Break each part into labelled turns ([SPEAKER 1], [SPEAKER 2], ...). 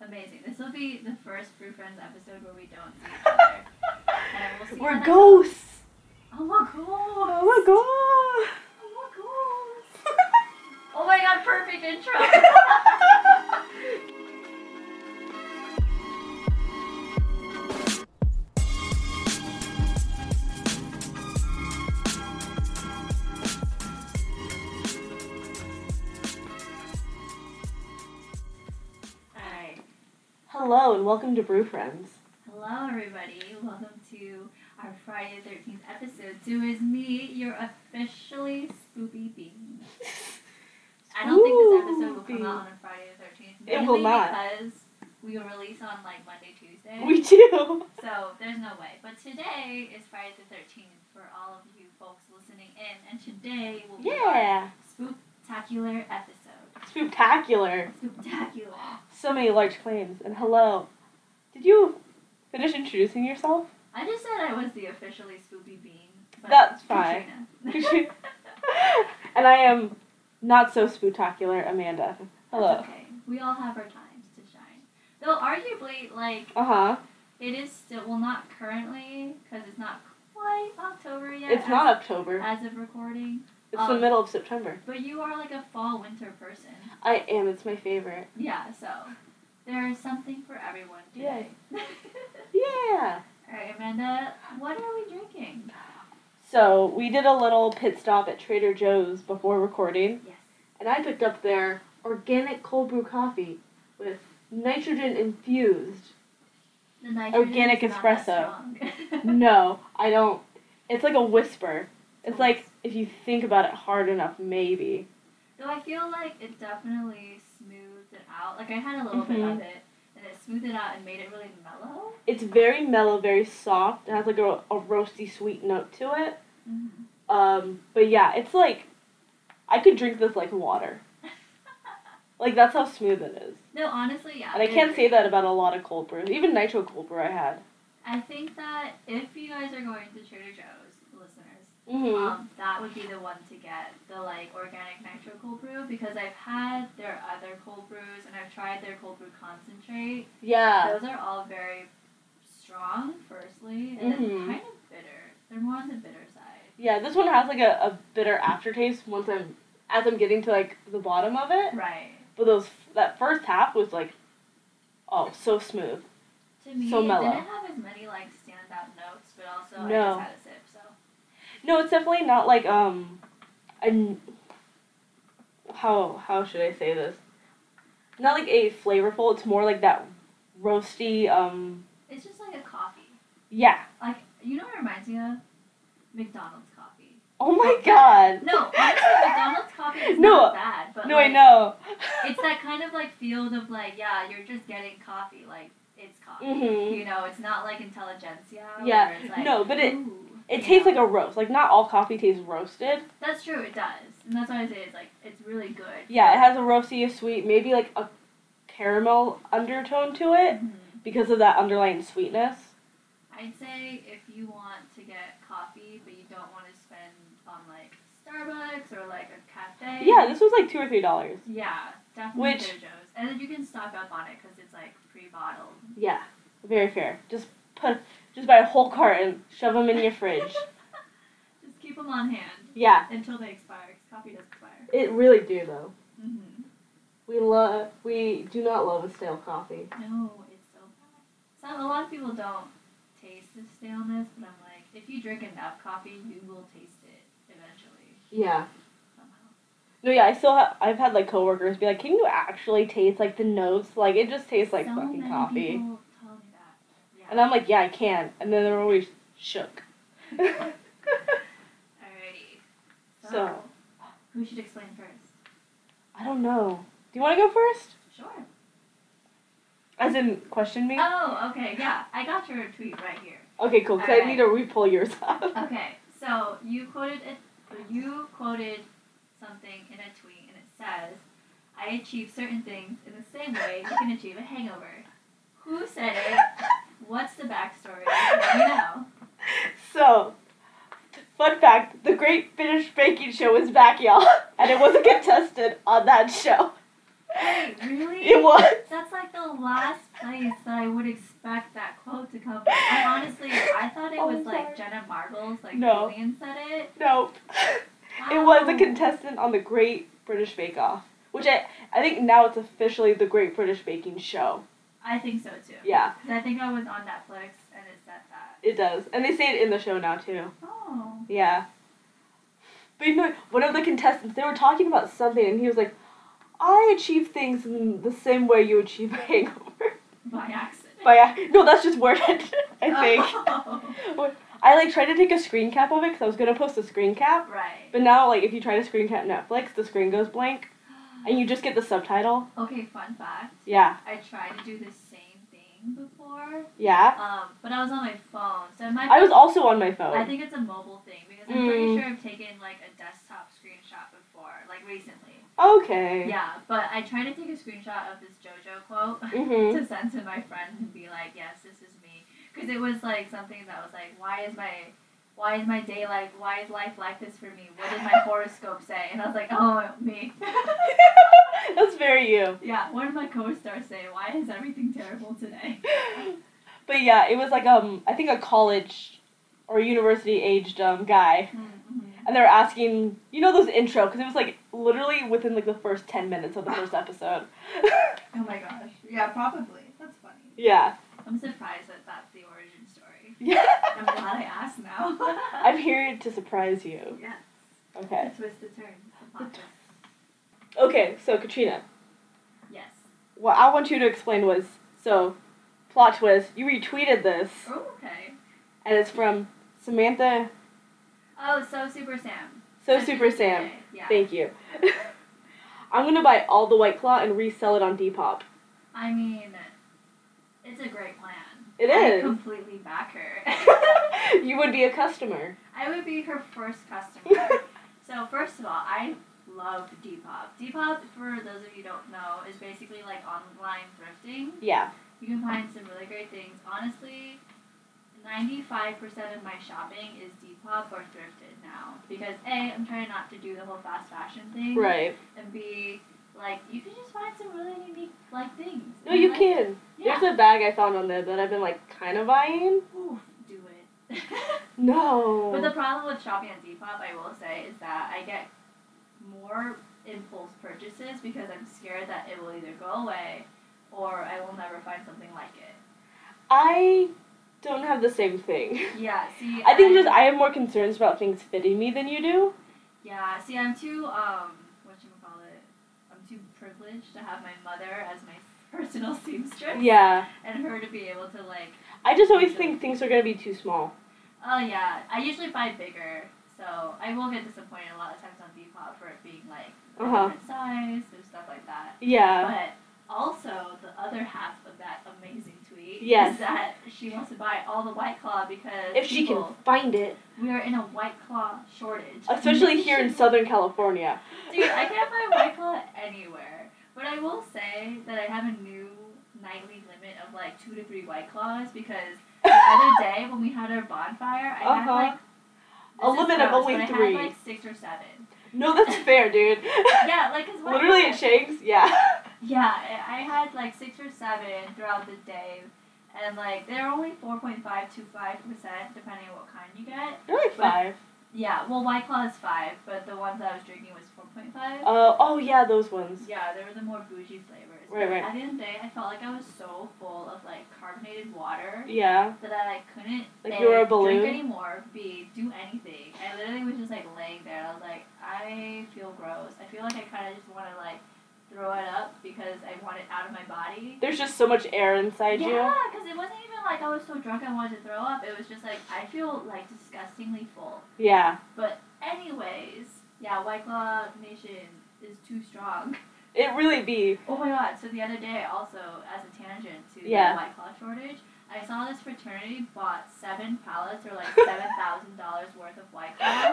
[SPEAKER 1] Amazing. This will be the first Fruit Friends episode where we don't see each other. and we'll see how
[SPEAKER 2] We're
[SPEAKER 1] that
[SPEAKER 2] ghosts.
[SPEAKER 1] goes. Oh my god.
[SPEAKER 2] Oh
[SPEAKER 1] Oh my god.
[SPEAKER 2] my
[SPEAKER 1] Oh my god, perfect intro.
[SPEAKER 2] god.
[SPEAKER 1] Alright.
[SPEAKER 2] Hello and welcome to Brew Friends.
[SPEAKER 1] Hello everybody. Welcome to our Friday the 13th episode. So is me, your officially spoopy bean. I don't think this episode will come
[SPEAKER 2] Spoopy.
[SPEAKER 1] out on a Friday the 13th.
[SPEAKER 2] It
[SPEAKER 1] Mainly
[SPEAKER 2] will not.
[SPEAKER 1] Because we will release on like Monday, Tuesday.
[SPEAKER 2] We do.
[SPEAKER 1] So there's no way. But today is Friday the 13th for all of you folks listening in, and today will be
[SPEAKER 2] Yeah.
[SPEAKER 1] our spooktacular episode.
[SPEAKER 2] Spectacular.
[SPEAKER 1] Spooktacular.
[SPEAKER 2] So many large claims. And hello. Did you finish introducing yourself?
[SPEAKER 1] I just said I was the officially spoopy bean. but
[SPEAKER 2] That's fine.
[SPEAKER 1] Katrina.
[SPEAKER 2] and I am not so spectacular, Amanda. Hello.
[SPEAKER 1] That's okay. We all have our times to shine. Though arguably, like
[SPEAKER 2] Uh huh.
[SPEAKER 1] it is still well not currently because it's not quite October yet.
[SPEAKER 2] It's
[SPEAKER 1] as-
[SPEAKER 2] not October.
[SPEAKER 1] as of recording.
[SPEAKER 2] It's the
[SPEAKER 1] um,
[SPEAKER 2] middle of September.
[SPEAKER 1] But you are like a fall winter person.
[SPEAKER 2] I am. It's my favorite.
[SPEAKER 1] Yeah, so there is something for everyone today.
[SPEAKER 2] Yeah.
[SPEAKER 1] Alright, Amanda, what are we drinking?
[SPEAKER 2] So we did a little pit stop at Trader Joe's before recording,
[SPEAKER 1] Yes.
[SPEAKER 2] and I picked up their organic cold brew coffee with nitrogen infused.
[SPEAKER 1] The nitrogen
[SPEAKER 2] Organic Mm.
[SPEAKER 1] is not that strong.
[SPEAKER 2] no, I don't. It's like a whisper. It's like if you think about it hard enough, maybe.
[SPEAKER 1] Though I feel like it definitely smoothed it out. Like I had a little bit of
[SPEAKER 2] Mhm.
[SPEAKER 1] it and it smoothed it out and made it really mellow.
[SPEAKER 2] It's very mellow, very soft, and has like a, a roasty sweet note to it.
[SPEAKER 1] Mm-hmm.
[SPEAKER 2] Um, but yeah, it's like I could drink this like water. Like that's how smooth it is.
[SPEAKER 1] no, honestly, yeah.
[SPEAKER 2] And I can't say that about a lot of cold brews. Even nitro cold brew I had.
[SPEAKER 1] I think that if you guys are going to Trader Joe's, listeners,
[SPEAKER 2] Mm-hmm.
[SPEAKER 1] Um, that would be the one to get the like organic nitro cold brew because I've had their other cold brews and I've tried their cold brew concentrate.
[SPEAKER 2] yeah.
[SPEAKER 1] Those are all very strong, firstly, and then
[SPEAKER 2] Mhm.
[SPEAKER 1] kind of bitter. They're more on the bitter side,
[SPEAKER 2] Yeah, this one has like a, a bitter aftertaste once I'm as I'm getting to like the bottom of it.
[SPEAKER 1] right?
[SPEAKER 2] But those that first half was like oh, so smooth.
[SPEAKER 1] To me,
[SPEAKER 2] So
[SPEAKER 1] it
[SPEAKER 2] mellow.
[SPEAKER 1] didn't have as many like standout notes, but also I
[SPEAKER 2] No.
[SPEAKER 1] just had a sip, so
[SPEAKER 2] No, it's definitely not like um a n- how how should I say this? Not like a flavorful, it's more like that roasty um
[SPEAKER 1] it's just like a coffee.
[SPEAKER 2] yeah.
[SPEAKER 1] Like you know what it reminds me of? McDonald's coffee.
[SPEAKER 2] Oh my god.
[SPEAKER 1] No, honestly, McDonald's coffee is
[SPEAKER 2] No.
[SPEAKER 1] not bad, but
[SPEAKER 2] No, I
[SPEAKER 1] like,
[SPEAKER 2] know.
[SPEAKER 1] it's that kind of like field of like yeah you're just getting coffee like it's coffee
[SPEAKER 2] Mhm.
[SPEAKER 1] you know it's not like intelligentsia
[SPEAKER 2] Yeah,
[SPEAKER 1] where it's like,
[SPEAKER 2] no, but it-
[SPEAKER 1] ooh,
[SPEAKER 2] It
[SPEAKER 1] you
[SPEAKER 2] tastes
[SPEAKER 1] know.
[SPEAKER 2] like a roast. Like not all coffee tastes roasted.
[SPEAKER 1] that's true it does and that's why I say it's like it's really good
[SPEAKER 2] Yeah, it has a roasty, a sweet, maybe like a caramel undertone to it
[SPEAKER 1] Mhm.
[SPEAKER 2] because of that underlying sweetness.
[SPEAKER 1] I'd say if you want to get coffee but you don't want to spend on like Starbucks or like a cafe
[SPEAKER 2] Yeah, this was like two or three dollars.
[SPEAKER 1] yeah definitely
[SPEAKER 2] Which-
[SPEAKER 1] Trader Joe's and then you can stock up on it because it's like pre-bottled
[SPEAKER 2] Yeah, very fair. Just put, just buy a whole carton, shove them in your fridge.
[SPEAKER 1] just keep them on hand
[SPEAKER 2] Yeah,
[SPEAKER 1] until they expire 'cause coffee does expire
[SPEAKER 2] it really do though.
[SPEAKER 1] mm-hmm.
[SPEAKER 2] We love, we do not love a stale coffee.
[SPEAKER 1] No, it's so bad. Some a lot of people don't taste the staleness, but I'm like, if you drink enough coffee, you will taste it eventually
[SPEAKER 2] Yeah.
[SPEAKER 1] somehow.
[SPEAKER 2] No, yeah, I still have. I've had like coworkers be like, "Can you actually taste like the notes? Like it just tastes like
[SPEAKER 1] so
[SPEAKER 2] fucking
[SPEAKER 1] many
[SPEAKER 2] coffee."
[SPEAKER 1] People tell me that. Yeah.
[SPEAKER 2] And I'm like, "Yeah, I can." And then they're always shook.
[SPEAKER 1] Alrighty. So,
[SPEAKER 2] So-
[SPEAKER 1] who should explain first?
[SPEAKER 2] I don't know. Do you want to go first?
[SPEAKER 1] Sure.
[SPEAKER 2] As in, question me?
[SPEAKER 1] Oh, okay, yeah. I got your tweet right here.
[SPEAKER 2] okay, cool. 'cause I need to re-pull yours up.
[SPEAKER 1] Okay, so you quoted a, you quoted something in a tweet, and it says, "I achieve certain things in the same way you can achieve a hangover." Who said it? What's the backstory? Let me know.
[SPEAKER 2] so, fun fact: the Great British Baking Show was back, y'all, and it was a contestant on that show.
[SPEAKER 1] Wait, really?
[SPEAKER 2] It was.
[SPEAKER 1] That's like the last place that I would expect that quote to come from. I honestly, I thought it
[SPEAKER 2] Oh,
[SPEAKER 1] was
[SPEAKER 2] I'm
[SPEAKER 1] like
[SPEAKER 2] sorry.
[SPEAKER 1] Jenna Marbles, like
[SPEAKER 2] No.
[SPEAKER 1] Julian said it. Um,
[SPEAKER 2] Nope. It was a
[SPEAKER 1] Wow.
[SPEAKER 2] contestant on the Great British Bake Off, which I, I think now it's officially the Great British Baking Show.
[SPEAKER 1] I think so too.
[SPEAKER 2] Yeah,
[SPEAKER 1] 'Cause I think I was on Netflix and it said that.
[SPEAKER 2] it does. And they say it in the show now, too.
[SPEAKER 1] Oh.
[SPEAKER 2] Yeah. But you know, one of the contestants, they were talking about something, and he was like, I achieve things in the same way you achieve a hangover.
[SPEAKER 1] By accident.
[SPEAKER 2] By, ac- no, that's just worded, I think.
[SPEAKER 1] Oh.
[SPEAKER 2] I like tried to take a screen cap of it because I was gonna post a screen cap,
[SPEAKER 1] Right.
[SPEAKER 2] but now like if you try to screen cap Netflix, the screen goes blank, and you just get the subtitle.
[SPEAKER 1] Okay, fun fact.
[SPEAKER 2] Yeah,
[SPEAKER 1] I tried to do the same thing before,
[SPEAKER 2] yeah.
[SPEAKER 1] um, but I was on my phone, so it might.
[SPEAKER 2] I was also on my
[SPEAKER 1] I
[SPEAKER 2] phone.
[SPEAKER 1] think it's a mobile thing because I'm pretty
[SPEAKER 2] Mm.
[SPEAKER 1] sure I've taken like a desktop screenshot before, like recently.
[SPEAKER 2] Okay.
[SPEAKER 1] Yeah, but I tried to take a screenshot of this JoJo quote
[SPEAKER 2] Mhm.
[SPEAKER 1] to send to my friends and be like, "Yes, this is me," because it was like something that was like, "Why is my, why is my day like? Why is life like this for me? What did my horoscope say?" And I was like, "Oh, me."
[SPEAKER 2] That's very you.
[SPEAKER 1] yeah, what did my co-star say? Why is everything terrible today?
[SPEAKER 2] But yeah, it was like um I think a college or university aged um guy,
[SPEAKER 1] Mm-hmm.
[SPEAKER 2] and they were asking you know those intro because it was like literally within like the first ten minutes of the first episode.
[SPEAKER 1] Oh my gosh. Yeah, probably. That's funny.
[SPEAKER 2] yeah.
[SPEAKER 1] I'm surprised that that's the origin story.
[SPEAKER 2] Yeah.
[SPEAKER 1] I'm glad I asked now.
[SPEAKER 2] I'm here to surprise you.
[SPEAKER 1] yeah.
[SPEAKER 2] Okay.
[SPEAKER 1] The twist, the turn, the plot twist.
[SPEAKER 2] Okay, so Katrina,
[SPEAKER 1] Yes.
[SPEAKER 2] what I want you to explain was so plot twist. You retweeted this,
[SPEAKER 1] Oh, okay.
[SPEAKER 2] and it's from Samantha.
[SPEAKER 1] Oh, so Super Sam.
[SPEAKER 2] So
[SPEAKER 1] That's
[SPEAKER 2] super
[SPEAKER 1] it.
[SPEAKER 2] Sam,
[SPEAKER 1] Yeah.
[SPEAKER 2] thank you. I'm gonna buy all the White Claw and resell it on Depop.
[SPEAKER 1] I mean, it's a great plan.
[SPEAKER 2] It
[SPEAKER 1] I
[SPEAKER 2] is.
[SPEAKER 1] completely back her.
[SPEAKER 2] you would be a customer.
[SPEAKER 1] I would be her first customer. so first of all, I love Depop. Depop, for those of you who don't know, is basically like online thrifting.
[SPEAKER 2] yeah.
[SPEAKER 1] You can find some really great things. Honestly, 95% of my shopping is Depop or thrifted now. Because A, I'm trying not to do the whole fast fashion thing.
[SPEAKER 2] Right.
[SPEAKER 1] And B, like, you can just find some really unique, like, things.
[SPEAKER 2] No,
[SPEAKER 1] And,
[SPEAKER 2] you
[SPEAKER 1] like,
[SPEAKER 2] can.
[SPEAKER 1] Yeah.
[SPEAKER 2] There's a bag I found on there that I've been like kind of eyeing.
[SPEAKER 1] Oof, do it.
[SPEAKER 2] No.
[SPEAKER 1] but the problem with shopping on Depop, I will say, is that I get more impulse purchases because I'm scared that it will either go away or I will never find something like it.
[SPEAKER 2] I don't have the same thing.
[SPEAKER 1] Yeah, see.
[SPEAKER 2] I think just I have more concerns about things fitting me than you do.
[SPEAKER 1] Yeah, see, I'm too, um, whatchamacallit, I'm too privileged to have my mother as my personal seamstress
[SPEAKER 2] Yeah.
[SPEAKER 1] and her to be able to, like,
[SPEAKER 2] I just always think things are gonna be too small.
[SPEAKER 1] oh yeah, I usually buy bigger, so I will get disappointed a lot of times on Depop for it being, like, a
[SPEAKER 2] Uh-huh.
[SPEAKER 1] different size and stuff like that.
[SPEAKER 2] Yeah.
[SPEAKER 1] But also, the other half of that amazing tweet
[SPEAKER 2] Yes.
[SPEAKER 1] is that she wants to buy all the White Claw because
[SPEAKER 2] If she can
[SPEAKER 1] people,
[SPEAKER 2] find it,
[SPEAKER 1] we are in a White Claw shortage.
[SPEAKER 2] especially here in Southern California.
[SPEAKER 1] Dude, I can't buy White Claw anywhere. But I will say that I have a new nightly limit of like two to three White Claws because the other day when we had our bonfire, I
[SPEAKER 2] Uh-huh.
[SPEAKER 1] had like
[SPEAKER 2] A
[SPEAKER 1] this is
[SPEAKER 2] limit of
[SPEAKER 1] gross,
[SPEAKER 2] only
[SPEAKER 1] but I
[SPEAKER 2] three.
[SPEAKER 1] had like six or seven.
[SPEAKER 2] No, that's fair, dude.
[SPEAKER 1] Yeah, like cause what-
[SPEAKER 2] Literally at Shakes, yeah.
[SPEAKER 1] Yeah, I I had like six or seven throughout the day, and like they're only four point five to five percent depending on what kind you get.
[SPEAKER 2] They're like five.
[SPEAKER 1] Yeah, well White Claw is five, but the ones I was drinking was four point five.
[SPEAKER 2] Uh, oh yeah, those ones.
[SPEAKER 1] Yeah, there were the more bougie flavors.
[SPEAKER 2] Right,
[SPEAKER 1] But
[SPEAKER 2] right.
[SPEAKER 1] At the end of the day, I felt like I was so full of like carbonated water
[SPEAKER 2] Yeah.
[SPEAKER 1] that I like couldn't eh,
[SPEAKER 2] Like you were a balloon?
[SPEAKER 1] drink anymore, B, do anything. I literally was just like laying there. I was like, I feel gross. I feel like I kind of just want to like throw it up because I want it out of my body.
[SPEAKER 2] There's just so much air inside
[SPEAKER 1] yeah, because it wasn't even like I was so drunk I wanted to throw up. It was just like I feel like disgustingly full.
[SPEAKER 2] you. Yeah.
[SPEAKER 1] But anyways, yeah, White Claw Nation is too strong.
[SPEAKER 2] It really be.
[SPEAKER 1] Oh my god, so the other day also, as a tangent to
[SPEAKER 2] Yeah.
[SPEAKER 1] the white collar shortage, I saw this fraternity bought seven pallets or like seven thousand dollars worth of white collar.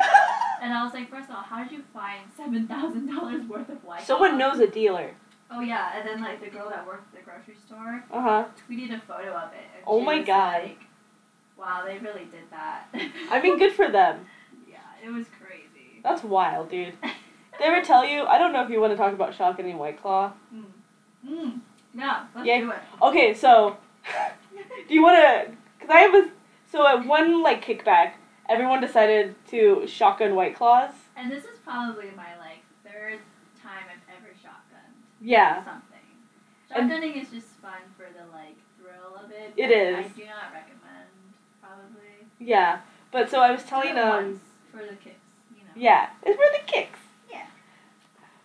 [SPEAKER 1] And I was like, first of all, how did you find seven thousand dollars worth of white
[SPEAKER 2] Someone
[SPEAKER 1] Claw?
[SPEAKER 2] knows a dealer.
[SPEAKER 1] Oh yeah, and then like the girl that worked at the grocery store
[SPEAKER 2] Uh huh.
[SPEAKER 1] tweeted a photo of it. And
[SPEAKER 2] Oh
[SPEAKER 1] she
[SPEAKER 2] my
[SPEAKER 1] was
[SPEAKER 2] God.
[SPEAKER 1] Like, wow, they really did that.
[SPEAKER 2] I mean, good for them.
[SPEAKER 1] Yeah, it was crazy.
[SPEAKER 2] That's wild, dude. Did I ever tell you? I don't know if you want to talk about Shotgun and White Claw.
[SPEAKER 1] Mm. Mm. No, let's
[SPEAKER 2] Yeah.
[SPEAKER 1] do it.
[SPEAKER 2] Okay, so do you want to? Cause I have a so at one like kickback, everyone decided to shotgun White Claws.
[SPEAKER 1] And this is probably my like third time I've ever shotgunned
[SPEAKER 2] Yeah,
[SPEAKER 1] something.
[SPEAKER 2] And-
[SPEAKER 1] Shotgunning is just fun for the like thrill of it.
[SPEAKER 2] It
[SPEAKER 1] but I
[SPEAKER 2] is.
[SPEAKER 1] do not recommend probably.
[SPEAKER 2] yeah. But so I was
[SPEAKER 1] Do
[SPEAKER 2] telling
[SPEAKER 1] it
[SPEAKER 2] um
[SPEAKER 1] once for the kicks, you know.
[SPEAKER 2] yeah, it's for the kicks.
[SPEAKER 1] Yeah.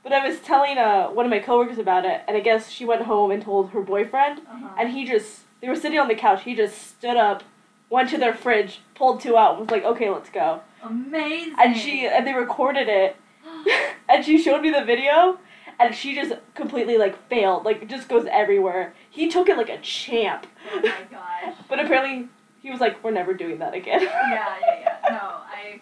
[SPEAKER 2] But I was telling uh one of my coworkers about it, and I guess she went home and told her boyfriend,
[SPEAKER 1] Uh-huh.
[SPEAKER 2] and he just they were sitting on the couch. He just stood up, went to their fridge, pulled two out, was like, okay, let's go.
[SPEAKER 1] Amazing. Oh
[SPEAKER 2] And she and they recorded it, and she showed me the video, and she just completely like failed, like it just goes everywhere. He took it like a champ,
[SPEAKER 1] oh my gosh.
[SPEAKER 2] but apparently he was like, we're never doing that again.
[SPEAKER 1] Yeah, yeah, yeah. No, I.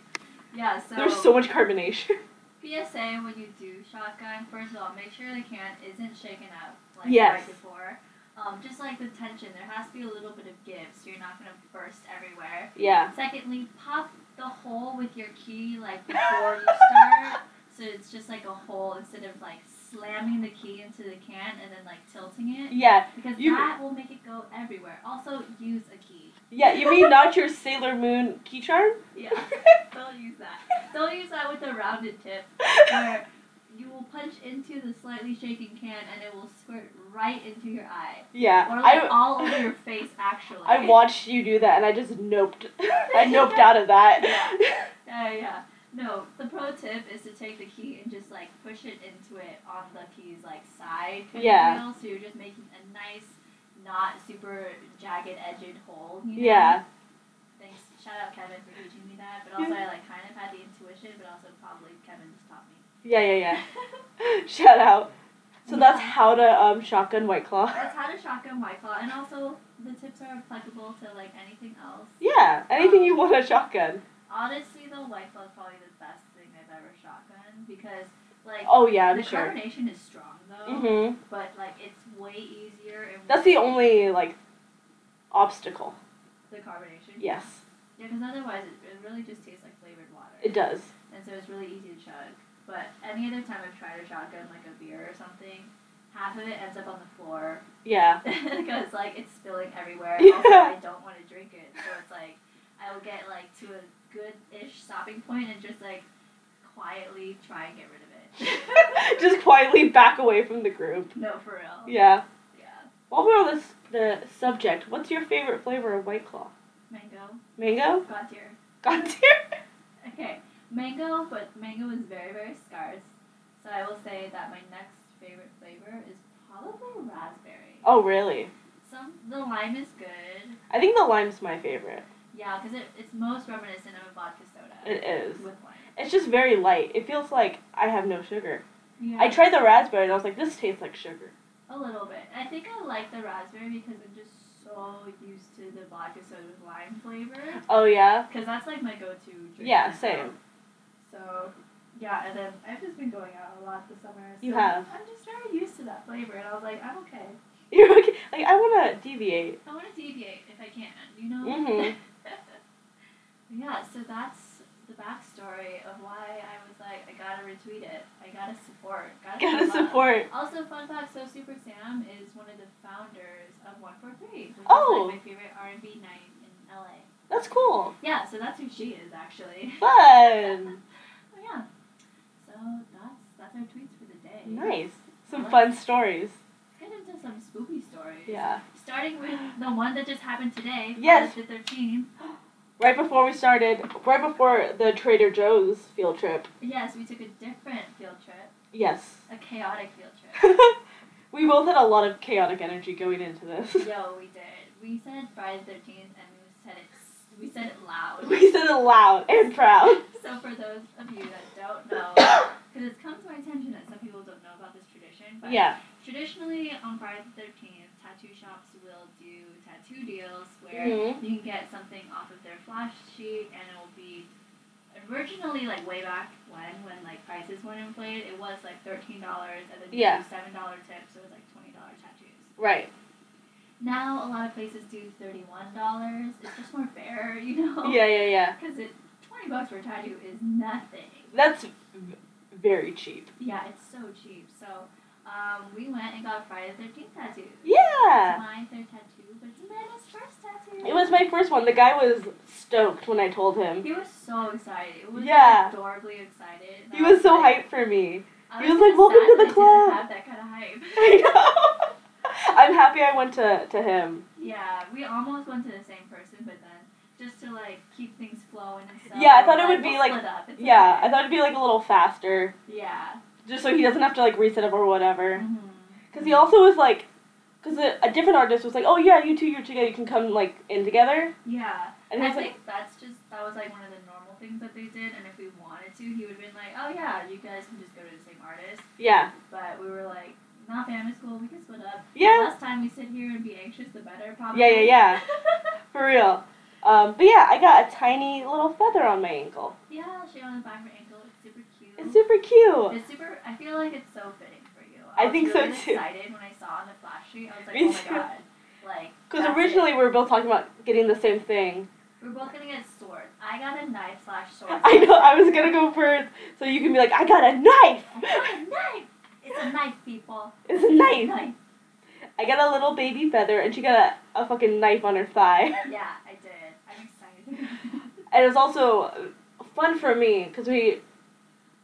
[SPEAKER 1] Yeah. So.
[SPEAKER 2] There's so much carbonation.
[SPEAKER 1] PSA when you do shotgun, first of all, make sure the can isn't shaken up like
[SPEAKER 2] Yes.
[SPEAKER 1] right before. Um, just like the tension, there has to be a little bit of give, so you're not gonna burst everywhere.
[SPEAKER 2] yeah.
[SPEAKER 1] Secondly, pop the hole with your key like before you start, so it's just like a hole instead of like slamming the key into the can and then like tilting it
[SPEAKER 2] Yeah,
[SPEAKER 1] because
[SPEAKER 2] You-
[SPEAKER 1] that will make it go everywhere. Also, use a key.
[SPEAKER 2] yeah. You mean not your Sailor Moon key charm?
[SPEAKER 1] Yeah, don't use that. Don't use that with a rounded tip. where you will punch into the slightly shaking can and it will squirt right into your eye.
[SPEAKER 2] yeah.
[SPEAKER 1] Or like
[SPEAKER 2] I,
[SPEAKER 1] all over your face actually.
[SPEAKER 2] I watched you do that and I just noped. I noped out of that.
[SPEAKER 1] Yeah, yeah. No, the pro tip is to take the key and just like push it into it on the key's like side. kind of
[SPEAKER 2] Yeah.
[SPEAKER 1] deal, So you're just making a nice, not super jagged edged hole. You know?
[SPEAKER 2] Yeah.
[SPEAKER 1] Thanks. Shout out Kevin for teaching me that. But also I like kind of had the intuition, but also probably Kevin just taught me.
[SPEAKER 2] Yeah, yeah, yeah. Shout out. So that's
[SPEAKER 1] Yeah.
[SPEAKER 2] how to um, shotgun White Claw.
[SPEAKER 1] That's how to shotgun White Claw, and also the tips are applicable to like anything else.
[SPEAKER 2] Yeah, anything
[SPEAKER 1] Um,
[SPEAKER 2] you want to shotgun.
[SPEAKER 1] Honestly, the White Claw is probably the best thing I've ever shotgunned because like
[SPEAKER 2] Oh yeah, I'm
[SPEAKER 1] the
[SPEAKER 2] sure.
[SPEAKER 1] carbonation is strong though,
[SPEAKER 2] Mhm.
[SPEAKER 1] but like it's way easier. And
[SPEAKER 2] That's
[SPEAKER 1] way-
[SPEAKER 2] the only like obstacle.
[SPEAKER 1] the carbonation.
[SPEAKER 2] Yes,
[SPEAKER 1] Yeah, because otherwise it, it really just tastes like flavored water,
[SPEAKER 2] it does.
[SPEAKER 1] and so it's really easy to chug. But any other time I've tried to shotgun like a beer or something, half of it ends up on the floor.
[SPEAKER 2] Yeah.
[SPEAKER 1] because like it's spilling everywhere.
[SPEAKER 2] Yeah.
[SPEAKER 1] Also, I don't want to drink it, so it's like I will get like to a good-ish stopping point and just like quietly try and get rid of it.
[SPEAKER 2] Just quietly back away from the group.
[SPEAKER 1] no, for real.
[SPEAKER 2] Yeah.
[SPEAKER 1] Yeah,
[SPEAKER 2] While we're on this the subject, what's your favorite flavor of White Claw?
[SPEAKER 1] mango,
[SPEAKER 2] Mango?
[SPEAKER 1] god tier.
[SPEAKER 2] God dear.
[SPEAKER 1] Okay, mango, but mango is very very scarce. So I will say that my next favorite flavor is probably raspberry.
[SPEAKER 2] Oh really?
[SPEAKER 1] Some the lime is good.
[SPEAKER 2] I think the lime's my favorite.
[SPEAKER 1] Yeah, because it, it's most reminiscent of a vodka soda
[SPEAKER 2] It is.
[SPEAKER 1] with lime.
[SPEAKER 2] It's just very light. It feels like I have no sugar.
[SPEAKER 1] Yeah.
[SPEAKER 2] I tried the raspberry and I was like, this tastes like sugar.
[SPEAKER 1] A little bit. I think I like the raspberry because I'm just so used to the vodka soda with lime flavor.
[SPEAKER 2] Oh yeah.
[SPEAKER 1] Because that's like my go-to drink.
[SPEAKER 2] Yeah,
[SPEAKER 1] now.
[SPEAKER 2] same.
[SPEAKER 1] So, yeah, and then I've just been going out a lot this summer. So
[SPEAKER 2] You have.
[SPEAKER 1] I'm just very used to that flavor, and I was like, I'm okay.
[SPEAKER 2] You're okay. Like I want to deviate.
[SPEAKER 1] I want to deviate if I can, you know?
[SPEAKER 2] Mhm.
[SPEAKER 1] yeah, so that's the backstory of why I was like, I gotta retweet it. I gotta support. Gotta,
[SPEAKER 2] Gotta
[SPEAKER 1] shout out.
[SPEAKER 2] support.
[SPEAKER 1] Also, fun fact: So Super Sam is one of the founders of One Four Three, which
[SPEAKER 2] Oh.
[SPEAKER 1] is like my favorite R and B night in LA.
[SPEAKER 2] That's cool.
[SPEAKER 1] Yeah, so that's who she is actually.
[SPEAKER 2] Fun.
[SPEAKER 1] Oh, yeah. So that's that's our tweets for the day.
[SPEAKER 2] Nice. Some fun stories.
[SPEAKER 1] Let's get into some spooky stories.
[SPEAKER 2] Yeah.
[SPEAKER 1] Starting with the one that just happened today.
[SPEAKER 2] Yes.
[SPEAKER 1] The thirteenth.
[SPEAKER 2] Right before we started, right before the Trader Joe's field trip.
[SPEAKER 1] Yes, we took a different field trip,
[SPEAKER 2] Yes.
[SPEAKER 1] a chaotic field trip.
[SPEAKER 2] we both had a lot of chaotic energy going into this.
[SPEAKER 1] Yo, we did. We said Friday the thirteenth, and we said it. s- We said it loud.
[SPEAKER 2] we said it loud and proud.
[SPEAKER 1] So for those of you that don't know, because it's come to my attention that some people don't know about this tradition, but
[SPEAKER 2] Yeah.
[SPEAKER 1] traditionally on Friday the 13th, tattoo shops will do tattoo deals where
[SPEAKER 2] Mhm.
[SPEAKER 1] you can get something off of their flash sheet and it will be originally like way back when, when like prices weren't inflated, it was like $13 and then you
[SPEAKER 2] Yeah.
[SPEAKER 1] do $7 tips, so it was like $20 tattoos.
[SPEAKER 2] Right.
[SPEAKER 1] Now a lot of places do $31. It's just more fair, you know?
[SPEAKER 2] Yeah, yeah, yeah.
[SPEAKER 1] Because it twenty bucks for a tattoo is nothing.
[SPEAKER 2] That's very cheap.
[SPEAKER 1] Yeah, it's so cheap. So um, we went and got Friday the 13th tattoo. It's
[SPEAKER 2] Yeah.
[SPEAKER 1] my third tattoo, but it's Amanda's first tattoo.
[SPEAKER 2] It was my first one. The guy was stoked when I told him.
[SPEAKER 1] He was so excited. It was
[SPEAKER 2] Yeah.
[SPEAKER 1] like, adorably excited. and
[SPEAKER 2] He
[SPEAKER 1] I
[SPEAKER 2] was so
[SPEAKER 1] like-
[SPEAKER 2] hyped for me.
[SPEAKER 1] I
[SPEAKER 2] He was like,
[SPEAKER 1] kinda
[SPEAKER 2] "Welcome
[SPEAKER 1] sad
[SPEAKER 2] to
[SPEAKER 1] that
[SPEAKER 2] the
[SPEAKER 1] I didn't
[SPEAKER 2] club."
[SPEAKER 1] have that kind of hype.
[SPEAKER 2] I know. I'm happy I went to, to him.
[SPEAKER 1] Yeah, we almost went to the same person, but then just to like keep things flowing and stuff.
[SPEAKER 2] Yeah, I
[SPEAKER 1] we're
[SPEAKER 2] thought it would be,
[SPEAKER 1] we'll
[SPEAKER 2] like-
[SPEAKER 1] split up. It's
[SPEAKER 2] Yeah, I
[SPEAKER 1] okay.
[SPEAKER 2] thought it'd be like a little faster,
[SPEAKER 1] Yeah.
[SPEAKER 2] just so he doesn't have to like reset up or whatever.
[SPEAKER 1] Mhm.
[SPEAKER 2] Because he also was like, because a, a different artist was like, oh yeah, you two, you're together, you can come like in together.
[SPEAKER 1] Yeah.
[SPEAKER 2] And
[SPEAKER 1] I
[SPEAKER 2] he was like,
[SPEAKER 1] think that's just that was like one of the normal things that they did, and if we wanted to, he would have been like, "Oh yeah, you guys can just go to the same artist."
[SPEAKER 2] yeah,
[SPEAKER 1] But we were like, "Not family school. We can split up. The
[SPEAKER 2] yeah,
[SPEAKER 1] less time we sit here and be anxious, the better." Probably.
[SPEAKER 2] Yeah, yeah, yeah. for real. Um, but yeah, I got a tiny little feather on my ankle.
[SPEAKER 1] yeah, she on the back of her ankle. It's super cute.
[SPEAKER 2] It's super cute.
[SPEAKER 1] It's super. I feel like it's so fitting for you.
[SPEAKER 2] I
[SPEAKER 1] was
[SPEAKER 2] think so,
[SPEAKER 1] really
[SPEAKER 2] too.
[SPEAKER 1] Excited when I saw on the flash sheet, I was like,
[SPEAKER 2] Me
[SPEAKER 1] oh
[SPEAKER 2] too.
[SPEAKER 1] my god, like.
[SPEAKER 2] Because
[SPEAKER 1] that's it.
[SPEAKER 2] originally we were both talking about getting the same thing.
[SPEAKER 1] we're both gonna get swords. I got a knife slash sword.
[SPEAKER 2] I know I was gonna go first, so you can be like, I got a
[SPEAKER 1] I
[SPEAKER 2] knife.
[SPEAKER 1] got a knife. It's a knife, people.
[SPEAKER 2] It's a knife.
[SPEAKER 1] Knife.
[SPEAKER 2] I got a little baby feather, and she got a, a fucking knife on her thigh.
[SPEAKER 1] Yeah, I did. I'm excited.
[SPEAKER 2] And it's also fun for me because we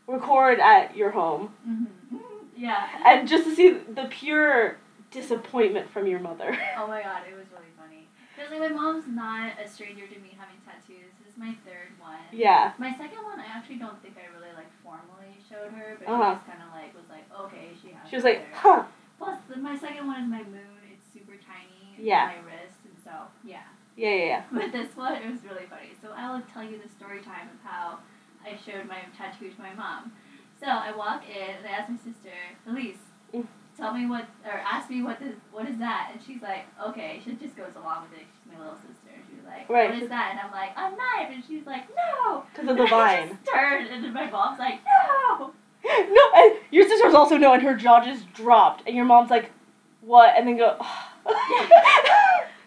[SPEAKER 2] record at your home,
[SPEAKER 1] mm-hmm. Yeah.
[SPEAKER 2] and just to see the pure disappointment from your mother.
[SPEAKER 1] oh my god, it was really funny. Because like my mom's not a stranger to me having tattoos. This is my third one.
[SPEAKER 2] yeah,
[SPEAKER 1] My second one, I actually don't think I really like formally showed her, but
[SPEAKER 2] Uh-huh.
[SPEAKER 1] she just kind of like was like, okay, she has.
[SPEAKER 2] she was like,
[SPEAKER 1] feather.
[SPEAKER 2] huh,
[SPEAKER 1] Plus, the, my second one is my moon. It's super tiny. It's
[SPEAKER 2] Yeah.
[SPEAKER 1] on My wrist, and so yeah.
[SPEAKER 2] yeah, yeah, yeah.
[SPEAKER 1] But this one, it was really funny. So I will tell you the story time of how I showed my tattoo to my mom. So I walk in and I ask my sister, Elise,
[SPEAKER 2] Mm.
[SPEAKER 1] tell me what, or ask me what this, what is that? And she's like, okay. She just goes along with it. She's my little sister. And she was like,
[SPEAKER 2] Right.
[SPEAKER 1] what is that? And I'm like, a knife. And she's like, no.
[SPEAKER 2] Because of the
[SPEAKER 1] And I
[SPEAKER 2] vine.
[SPEAKER 1] just turned and then my mom's like, no.
[SPEAKER 2] no, and your sister was also no, and her jaw just dropped, and your mom's like, what? And then go.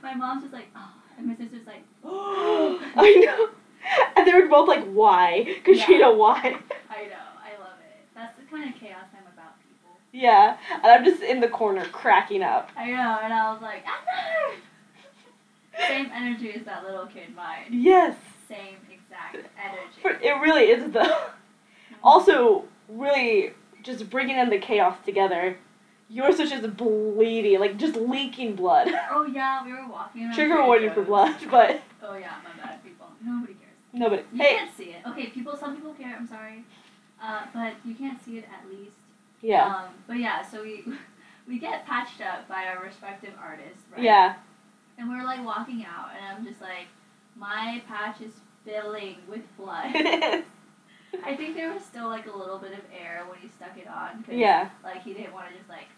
[SPEAKER 1] My mom's just like, oh. And my sister's like,
[SPEAKER 2] I know. And they were both like, why? Because she
[SPEAKER 1] Yeah.
[SPEAKER 2] know why.
[SPEAKER 1] I know. I love it. That's the kind of chaos I'm about, people.
[SPEAKER 2] Yeah, and I'm just in the corner cracking up.
[SPEAKER 1] I know, and I was like, ah, no! Same energy as that little kid mine.
[SPEAKER 2] Yes,
[SPEAKER 1] Same exact
[SPEAKER 2] For-
[SPEAKER 1] energy.
[SPEAKER 2] it really is the. Also, really, just bringing in the chaos together. Yours was just bleeding, like just leaking blood.
[SPEAKER 1] Oh yeah, we were walking. around
[SPEAKER 2] Trigger
[SPEAKER 1] Trader
[SPEAKER 2] warning for
[SPEAKER 1] Joe's.
[SPEAKER 2] blood, but
[SPEAKER 1] Oh yeah, my bad, people. Nobody cares.
[SPEAKER 2] nobody.
[SPEAKER 1] You
[SPEAKER 2] Hey,
[SPEAKER 1] can't see it. Okay, people. Some people care. I'm sorry, uh, but you can't see it at least.
[SPEAKER 2] yeah,
[SPEAKER 1] Um, but yeah, so we we get patched up by our respective artists, right?
[SPEAKER 2] yeah,
[SPEAKER 1] And we're like walking out, and I'm just like, my patch is filling with blood. I think there was still like a little bit of air when he stuck it on. 'cause,
[SPEAKER 2] yeah,
[SPEAKER 1] Like he didn't want to just like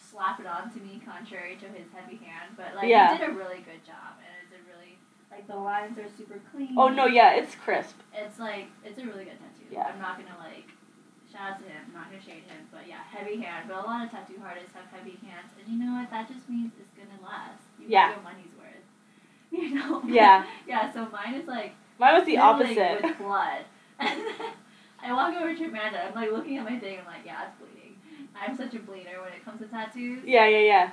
[SPEAKER 1] slap it on to me, contrary to his heavy hand. But like
[SPEAKER 2] Yeah.
[SPEAKER 1] he did a really good job, and it's a really like the lines are super clean.
[SPEAKER 2] Oh no, yeah, it's crisp.
[SPEAKER 1] It's like it's a really good tattoo.
[SPEAKER 2] Yeah.
[SPEAKER 1] I'm not gonna like shout out to him. I'm not gonna shade him, but yeah, heavy hand. But a lot of tattoo artists have heavy hands, and you know what? That just means it's gonna last. You
[SPEAKER 2] Yeah.
[SPEAKER 1] get your money's worth. You know.
[SPEAKER 2] Yeah.
[SPEAKER 1] yeah. So mine is like
[SPEAKER 2] Mine was the
[SPEAKER 1] dribbling
[SPEAKER 2] opposite.
[SPEAKER 1] With blood. And then I walk over to Amanda. I'm like looking at my thing. I'm like, yeah, it's bleeding. I'm such a bleeder when it comes to tattoos.
[SPEAKER 2] Yeah, yeah, yeah.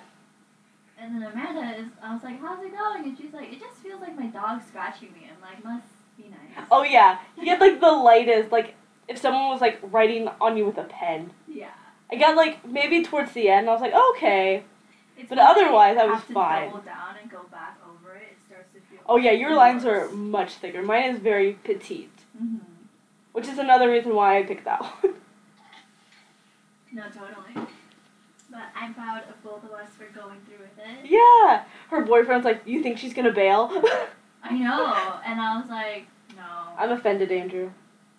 [SPEAKER 1] And then Amanda is. I was like, how's it going? And she's like, it just feels like my dog scratching me. I'm like, must be nice.
[SPEAKER 2] Oh yeah, you get like the lightest. Like if someone was like writing on you with a pen.
[SPEAKER 1] Yeah.
[SPEAKER 2] I got like maybe towards the end. I was like, okay.
[SPEAKER 1] It's
[SPEAKER 2] But
[SPEAKER 1] when
[SPEAKER 2] otherwise,
[SPEAKER 1] you
[SPEAKER 2] I was
[SPEAKER 1] have to
[SPEAKER 2] fine.
[SPEAKER 1] double down and go back over it. It starts to feel.
[SPEAKER 2] Oh yeah, your lines are much thicker. Mine is very petite,
[SPEAKER 1] hmm
[SPEAKER 2] which is another reason why I picked that one.
[SPEAKER 1] No, totally. But I'm proud of both of us for going through with it.
[SPEAKER 2] yeah. Her boyfriend's like, you think she's gonna bail?
[SPEAKER 1] I know. And I was like, no.
[SPEAKER 2] I'm offended, Andrew.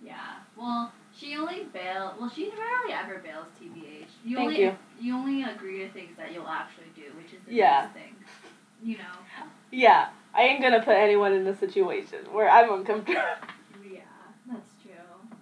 [SPEAKER 1] Yeah. Well, she only bail. Well, she rarely ever bails. Tbh. You
[SPEAKER 2] Thank
[SPEAKER 1] only
[SPEAKER 2] you.
[SPEAKER 1] you only agree to things that you'll actually do, which is the
[SPEAKER 2] Yeah.
[SPEAKER 1] best thing. You know.
[SPEAKER 2] Yeah, I ain't gonna put anyone in a situation where I'm uncomfortable.
[SPEAKER 1] Yeah, that's true.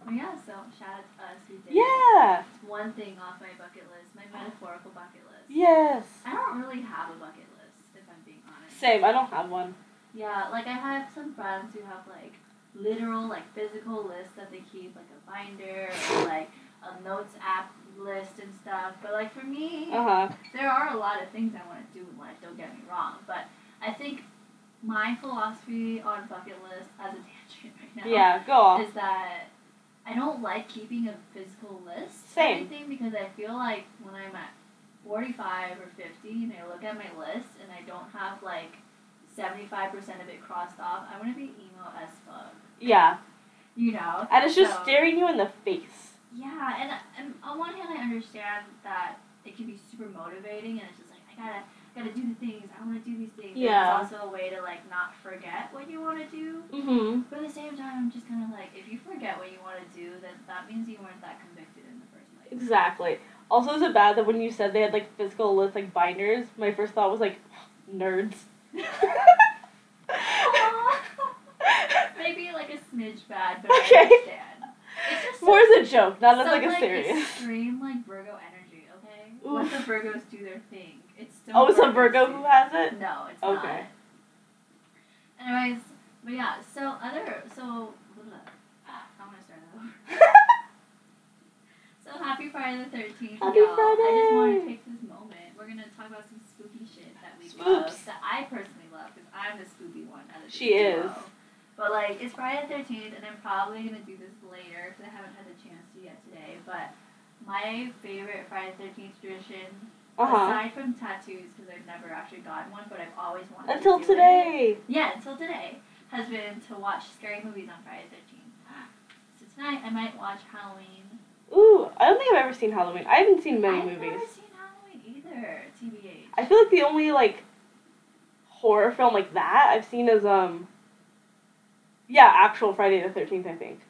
[SPEAKER 1] Well, yeah. So shout out to us. We did. it.
[SPEAKER 2] yeah.
[SPEAKER 1] It's one thing off my bucket list, my metaphorical bucket list.
[SPEAKER 2] Yes.
[SPEAKER 1] I don't really have a bucket list, if I'm being honest.
[SPEAKER 2] Same. I don't have one.
[SPEAKER 1] Yeah, like I have some friends who have like literal, like physical lists that they keep, like a binder or like a notes app list and stuff. But like for me,
[SPEAKER 2] Uh huh.
[SPEAKER 1] there are a lot of things I want to do in life, don't get me wrong. But I think my philosophy on bucket list as a tangent right now
[SPEAKER 2] Yeah, go off.
[SPEAKER 1] is that I don't like keeping a physical list of
[SPEAKER 2] Same.
[SPEAKER 1] anything because I feel like when I'm at 45 or 50 and I look at my list and I don't have like 75% of it crossed off, I'm going to be emo as fuck.
[SPEAKER 2] Yeah,
[SPEAKER 1] You know?
[SPEAKER 2] and it's just
[SPEAKER 1] So-
[SPEAKER 2] staring you in the face.
[SPEAKER 1] Yeah, and, and on one hand, I understand that it can be super motivating, and it's just like I gotta gotta do the things I want to do these things. and
[SPEAKER 2] Yeah.
[SPEAKER 1] it's also a way to like not forget what you want to do.
[SPEAKER 2] Mm-hmm.
[SPEAKER 1] But at the same time, I'm just kind of like, if you forget what you want to do, then that means you weren't that convicted in the first place.
[SPEAKER 2] Exactly. Also, is it bad that when you said they had like physical list like binders, my first thought was like, nerds.
[SPEAKER 1] Aw. Maybe like a smidge bad, but
[SPEAKER 2] Okay.
[SPEAKER 1] I understand. It's just
[SPEAKER 2] More as a joke, not as
[SPEAKER 1] some,
[SPEAKER 2] like a serious.
[SPEAKER 1] extreme like Virgo energy. Okay, let
[SPEAKER 2] Oof.
[SPEAKER 1] the Virgos do their thing. It's still
[SPEAKER 2] Oh, it's a
[SPEAKER 1] Virgos
[SPEAKER 2] Virgo
[SPEAKER 1] do
[SPEAKER 2] who has it.
[SPEAKER 1] No, it's
[SPEAKER 2] Okay.
[SPEAKER 1] not. Anyways, but yeah, so other so ah, I'm gonna start that over. So happy Friday the thirteenth.
[SPEAKER 2] Happy
[SPEAKER 1] y'all. I just wanna
[SPEAKER 2] Friday.
[SPEAKER 1] take this moment. We're gonna talk about some spooky shit that we
[SPEAKER 2] Spooks.
[SPEAKER 1] love that I personally love because I'm the spooky one out of this
[SPEAKER 2] She
[SPEAKER 1] duo.
[SPEAKER 2] is.
[SPEAKER 1] But like it's Friday the thirteenth and I'm probably gonna do this later because I haven't had the chance to yet today. But my favorite Friday the thirteenth tradition
[SPEAKER 2] Uh huh.
[SPEAKER 1] Aside from tattoos, because I've never actually gotten one, but I've always wanted
[SPEAKER 2] Until
[SPEAKER 1] to do It.
[SPEAKER 2] today.
[SPEAKER 1] Yeah, until today has been to watch scary movies on Friday the 13th. So tonight I might watch Halloween.
[SPEAKER 2] Ooh, I don't think I've ever seen Halloween. I haven't seen many
[SPEAKER 1] I've
[SPEAKER 2] movies.
[SPEAKER 1] never seen Halloween either, TBH.
[SPEAKER 2] I feel like the only like horror film like that I've seen is um yeah, actual Friday the thirteenth, I think.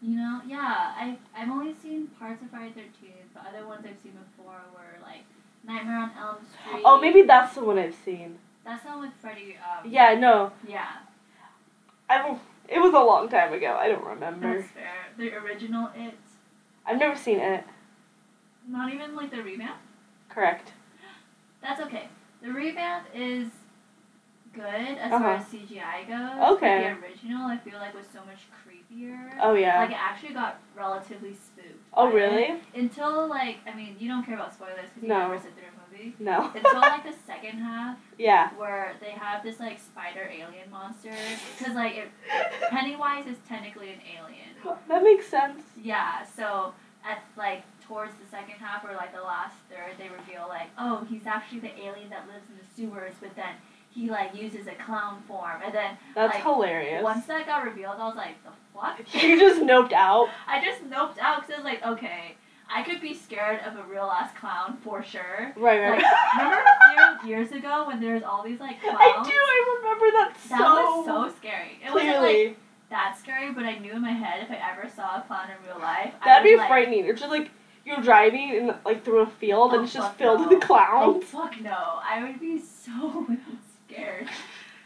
[SPEAKER 1] you know, yeah, I, I've only seen parts of Friday the 13th. The other ones I've seen before were like Nightmare on Elm Street.
[SPEAKER 2] Oh maybe that's the one I've seen.
[SPEAKER 1] That's not with Freddy. Um,
[SPEAKER 2] Yeah, no.
[SPEAKER 1] Yeah,
[SPEAKER 2] I don't it was a long time ago. I don't remember.
[SPEAKER 1] that's fair. The original It.
[SPEAKER 2] I've never seen it.
[SPEAKER 1] Not even like the revamp.
[SPEAKER 2] Correct.
[SPEAKER 1] That's okay. The revamp is good as far
[SPEAKER 2] Uh-huh.
[SPEAKER 1] as CGI goes.
[SPEAKER 2] Okay.
[SPEAKER 1] But the original, I feel like, was so much creepier.
[SPEAKER 2] Oh yeah.
[SPEAKER 1] Like, it actually got relatively spooked. by
[SPEAKER 2] Oh
[SPEAKER 1] it.
[SPEAKER 2] really?
[SPEAKER 1] Until, like, I mean, you don't care about spoilers because you
[SPEAKER 2] No.
[SPEAKER 1] never sit through a movie.
[SPEAKER 2] No.
[SPEAKER 1] Until, like, the second half,
[SPEAKER 2] yeah.
[SPEAKER 1] where they have this, like, spider alien monster. Because, like, it, Pennywise is technically an alien.
[SPEAKER 2] That makes sense.
[SPEAKER 1] Yeah, so at like towards the second half or like the last third, they reveal like, oh, he's actually the alien that lives in the sewers, but then he like uses a clown form, and then
[SPEAKER 2] That's
[SPEAKER 1] Like,
[SPEAKER 2] hilarious.
[SPEAKER 1] once that got revealed, I was like, the fuck?
[SPEAKER 2] You just noped out.
[SPEAKER 1] I just noped out because I was like, okay, I could be scared of a real ass clown for sure.
[SPEAKER 2] Right, right.
[SPEAKER 1] Like, remember a few years ago when there was all these like clowns?
[SPEAKER 2] I do, I remember that so
[SPEAKER 1] That was so scary. It wasn't
[SPEAKER 2] clearly.
[SPEAKER 1] like that scary, but I knew in my head if I ever saw a clown in real life, I
[SPEAKER 2] That'd
[SPEAKER 1] would,
[SPEAKER 2] be
[SPEAKER 1] like,
[SPEAKER 2] frightening. It's just like you're driving in like through a field
[SPEAKER 1] Oh,
[SPEAKER 2] and it's just
[SPEAKER 1] fuck
[SPEAKER 2] filled
[SPEAKER 1] no.
[SPEAKER 2] with
[SPEAKER 1] Oh
[SPEAKER 2] clowns.
[SPEAKER 1] fuck no! I would be so scared.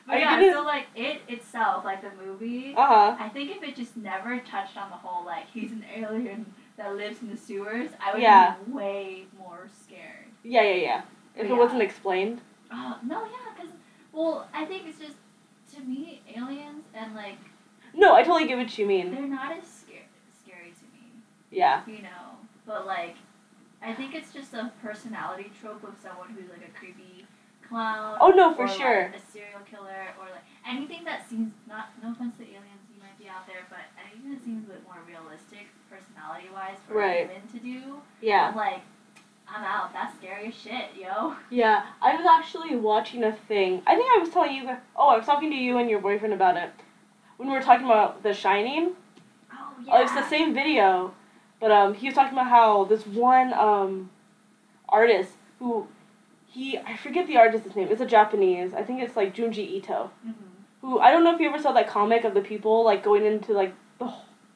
[SPEAKER 1] But
[SPEAKER 2] I
[SPEAKER 1] yeah,
[SPEAKER 2] didn't-
[SPEAKER 1] so like it itself, like the movie,
[SPEAKER 2] Uh huh.
[SPEAKER 1] I think if it just never touched on the whole like he's an alien that lives in the sewers, I would
[SPEAKER 2] Yeah.
[SPEAKER 1] be way more scared.
[SPEAKER 2] Yeah, yeah, yeah. If
[SPEAKER 1] Yeah.
[SPEAKER 2] it wasn't explained.
[SPEAKER 1] Oh no, yeah, because well, I think it's just to me aliens and like
[SPEAKER 2] No, I totally get what you mean.
[SPEAKER 1] they're not as scary scary to me.
[SPEAKER 2] Yeah.
[SPEAKER 1] you know. But like, I think it's just a personality trope of someone who's like a creepy clown.
[SPEAKER 2] Oh, no, for
[SPEAKER 1] or, like,
[SPEAKER 2] sure.
[SPEAKER 1] a serial killer or like anything that seems not no offense to aliens, you might be out there, but anything that seems a bit more realistic personality wise for
[SPEAKER 2] Right.
[SPEAKER 1] women to do.
[SPEAKER 2] Yeah.
[SPEAKER 1] I'm like, I'm out. That's scary as shit, yo. Oh,
[SPEAKER 2] Yeah. I was actually watching a thing. I think I was telling you. Oh, I was talking to you and your boyfriend about it when we were talking about The Shining.
[SPEAKER 1] Oh yeah.
[SPEAKER 2] Oh, it's the same video, but um, he was talking about how this one um, artist who he I forget the artist's name. It's a Japanese. I think it's like Junji Ito.
[SPEAKER 1] Mhm.
[SPEAKER 2] who I don't know if you ever saw that comic of the people like going into like the h-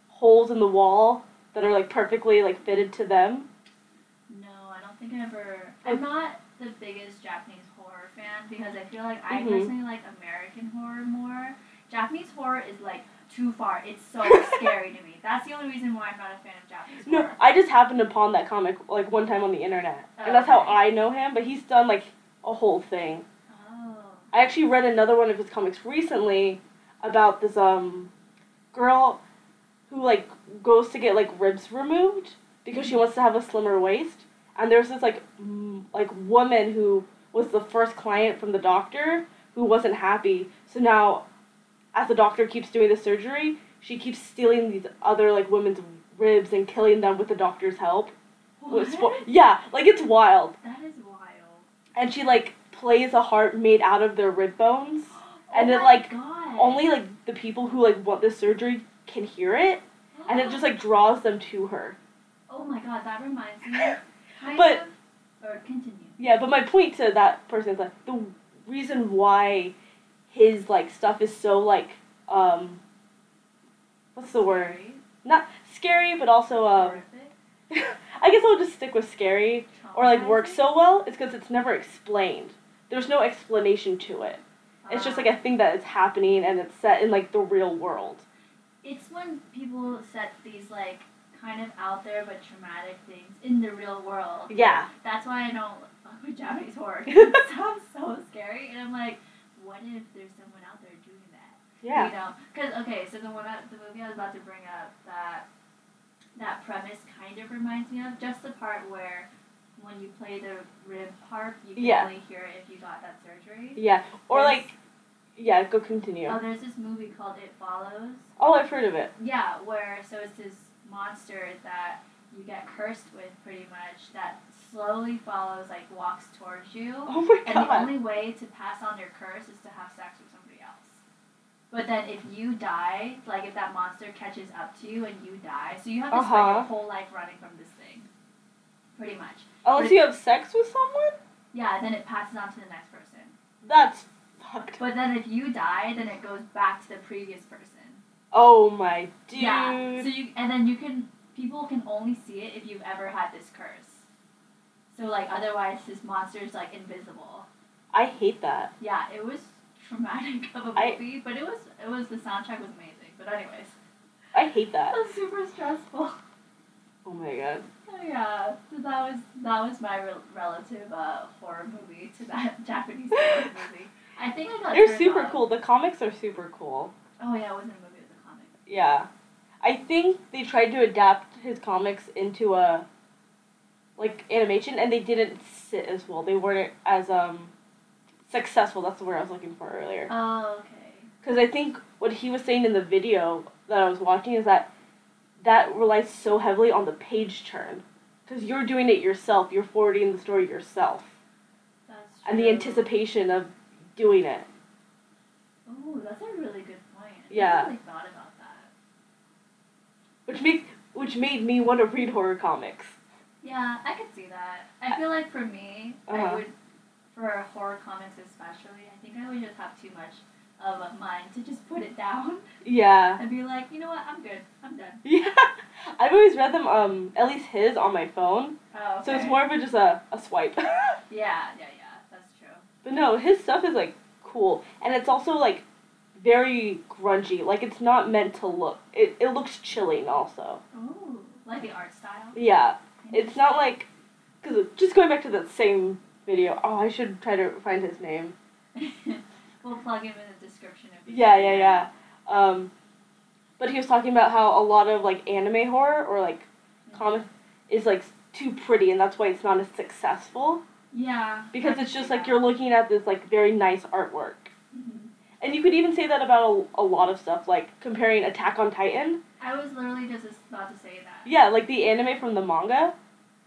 [SPEAKER 2] holes in the wall that are like perfectly like fitted to them.
[SPEAKER 1] No, I don't think I ever. I'm
[SPEAKER 2] Oh.
[SPEAKER 1] not the biggest Japanese horror fan because I feel like I
[SPEAKER 2] Mhm.
[SPEAKER 1] personally like American horror more. Japanese horror is like too far. It's so scary to me. That's the only reason why I'm not a fan of Japanese
[SPEAKER 2] No,
[SPEAKER 1] horror.
[SPEAKER 2] I just happened upon that comic like one time on the internet, and that's how
[SPEAKER 1] Okay.
[SPEAKER 2] I know him. But he's done like a whole thing.
[SPEAKER 1] Oh.
[SPEAKER 2] I actually read another one of his comics recently about this um girl who like goes to get like ribs removed, because she wants to have a slimmer waist. And there was this like m- like woman who was the first client from the doctor who wasn't happy. So now, as the doctor keeps doing the surgery, she keeps stealing these other like women's ribs and killing them with the doctor's help.
[SPEAKER 1] What?
[SPEAKER 2] Yeah, like it's wild.
[SPEAKER 1] That is wild.
[SPEAKER 2] And she like plays a heart made out of their rib bones. And
[SPEAKER 1] oh
[SPEAKER 2] it,
[SPEAKER 1] my
[SPEAKER 2] like,
[SPEAKER 1] God.
[SPEAKER 2] Only like the people who like want this surgery can hear it, and it just like draws them to her.
[SPEAKER 1] Oh my god, that reminds me. kind
[SPEAKER 2] But-
[SPEAKER 1] of- or continue.
[SPEAKER 2] Yeah, but my point to that person is like the reason why his like stuff is so like um what's the word?
[SPEAKER 1] Scary,
[SPEAKER 2] Not scary, but also um
[SPEAKER 1] horrific,
[SPEAKER 2] I guess I'll just stick with scary or like works
[SPEAKER 1] traumatizing.
[SPEAKER 2] so well. It's because it's never explained. There's no explanation to it. It's just
[SPEAKER 1] Ah.
[SPEAKER 2] like a thing that is happening and it's set in like the real world.
[SPEAKER 1] It's when people set these like kind of out there but traumatic things in the real world.
[SPEAKER 2] Yeah.
[SPEAKER 1] That's why I don't fuck with Japanese horror. 'cause it sounds so scary, and I'm like, what if there's someone out there doing that?
[SPEAKER 2] Yeah.
[SPEAKER 1] You know, because okay, so the one I, the movie I was about to bring up that that premise kind of reminds me of just the part where when you play the rib harp, you can
[SPEAKER 2] Yeah.
[SPEAKER 1] only hear it if you got that surgery.
[SPEAKER 2] Yeah. Or
[SPEAKER 1] There's-
[SPEAKER 2] like yeah, go continue.
[SPEAKER 1] Oh, there's this movie called It Follows.
[SPEAKER 2] Oh, I've heard of it.
[SPEAKER 1] Yeah, where so it's this monster that you get cursed with pretty much that slowly follows, like walks towards you.
[SPEAKER 2] Oh my
[SPEAKER 1] And the
[SPEAKER 2] god.
[SPEAKER 1] only way to pass on your curse is to have sex with somebody else. But then if you die, like if that monster catches up to you and you die, so you have to spend
[SPEAKER 2] Uh-huh.
[SPEAKER 1] your whole life running from this thing. Pretty much.
[SPEAKER 2] Unless you have sex with someone?
[SPEAKER 1] Yeah, then it passes on to the next person.
[SPEAKER 2] That's fucked.
[SPEAKER 1] But then if you die, then it goes back to the previous person.
[SPEAKER 2] Oh my dude.
[SPEAKER 1] Yeah. So you and then you can people can only see it if you've ever had this curse. So like otherwise this monster's like invisible.
[SPEAKER 2] I hate that.
[SPEAKER 1] Yeah, it was traumatic of a
[SPEAKER 2] I-
[SPEAKER 1] movie, but it was it was the soundtrack was amazing. But anyways,
[SPEAKER 2] I hate that.
[SPEAKER 1] that was super stressful.
[SPEAKER 2] Oh my god.
[SPEAKER 1] Oh yeah, so that was that was my rel relative uh, horror movie to that Japanese horror movie. I think I got.
[SPEAKER 2] They're
[SPEAKER 1] turned
[SPEAKER 2] super
[SPEAKER 1] on-
[SPEAKER 2] cool. The comics are super cool.
[SPEAKER 1] Oh yeah, it wasn't a movie; it was a comic.
[SPEAKER 2] Yeah. I think they tried to adapt his comics into a like animation and they didn't sit as well. They weren't as um successful. That's the word I was looking for earlier.
[SPEAKER 1] Oh okay.
[SPEAKER 2] Cuz I think what he was saying in the video that I was watching is that that relies so heavily on the page turn cuz you're doing it yourself. You're forwarding the story yourself
[SPEAKER 1] That's true.
[SPEAKER 2] and the anticipation of doing it.
[SPEAKER 1] Oh, that's a really good point. I
[SPEAKER 2] Yeah.
[SPEAKER 1] Never really thought about that.
[SPEAKER 2] which makes which made me want to read horror comics.
[SPEAKER 1] Yeah, I could see that. I feel like for me, I
[SPEAKER 2] Uh-huh.
[SPEAKER 1] would, for horror comics especially, I think I would just have too much of mine to just put it down
[SPEAKER 2] Yeah,
[SPEAKER 1] and be like, you know what, I'm good, I'm done.
[SPEAKER 2] yeah. I've always read them, um, at least his on my phone,
[SPEAKER 1] Oh,
[SPEAKER 2] so it's
[SPEAKER 1] okay.
[SPEAKER 2] more of a, just a, a swipe. but
[SPEAKER 1] Yeah, yeah, yeah. That's true.
[SPEAKER 2] no, his stuff is like cool, and it's also like very grungy. Like it's not meant to look. It it looks chilling also.
[SPEAKER 1] Ooh, like the art style.
[SPEAKER 2] Yeah, it's not like because just going back to that same video. Oh, I should try to find his name.
[SPEAKER 1] we'll plug him in the description. If we
[SPEAKER 2] Yeah,
[SPEAKER 1] can.
[SPEAKER 2] yeah, yeah. Um, but he was talking about how a lot of like anime horror or like comic is like too pretty, and that's why it's not as successful
[SPEAKER 1] Yeah. I
[SPEAKER 2] because
[SPEAKER 1] can
[SPEAKER 2] it's
[SPEAKER 1] see
[SPEAKER 2] just like
[SPEAKER 1] that.
[SPEAKER 2] you're looking at this like very nice artwork,
[SPEAKER 1] Mhm.
[SPEAKER 2] and you could even say that about a, a lot of stuff, like comparing Attack on Titan.
[SPEAKER 1] I was literally just about to say that.
[SPEAKER 2] Yeah, like the anime from the manga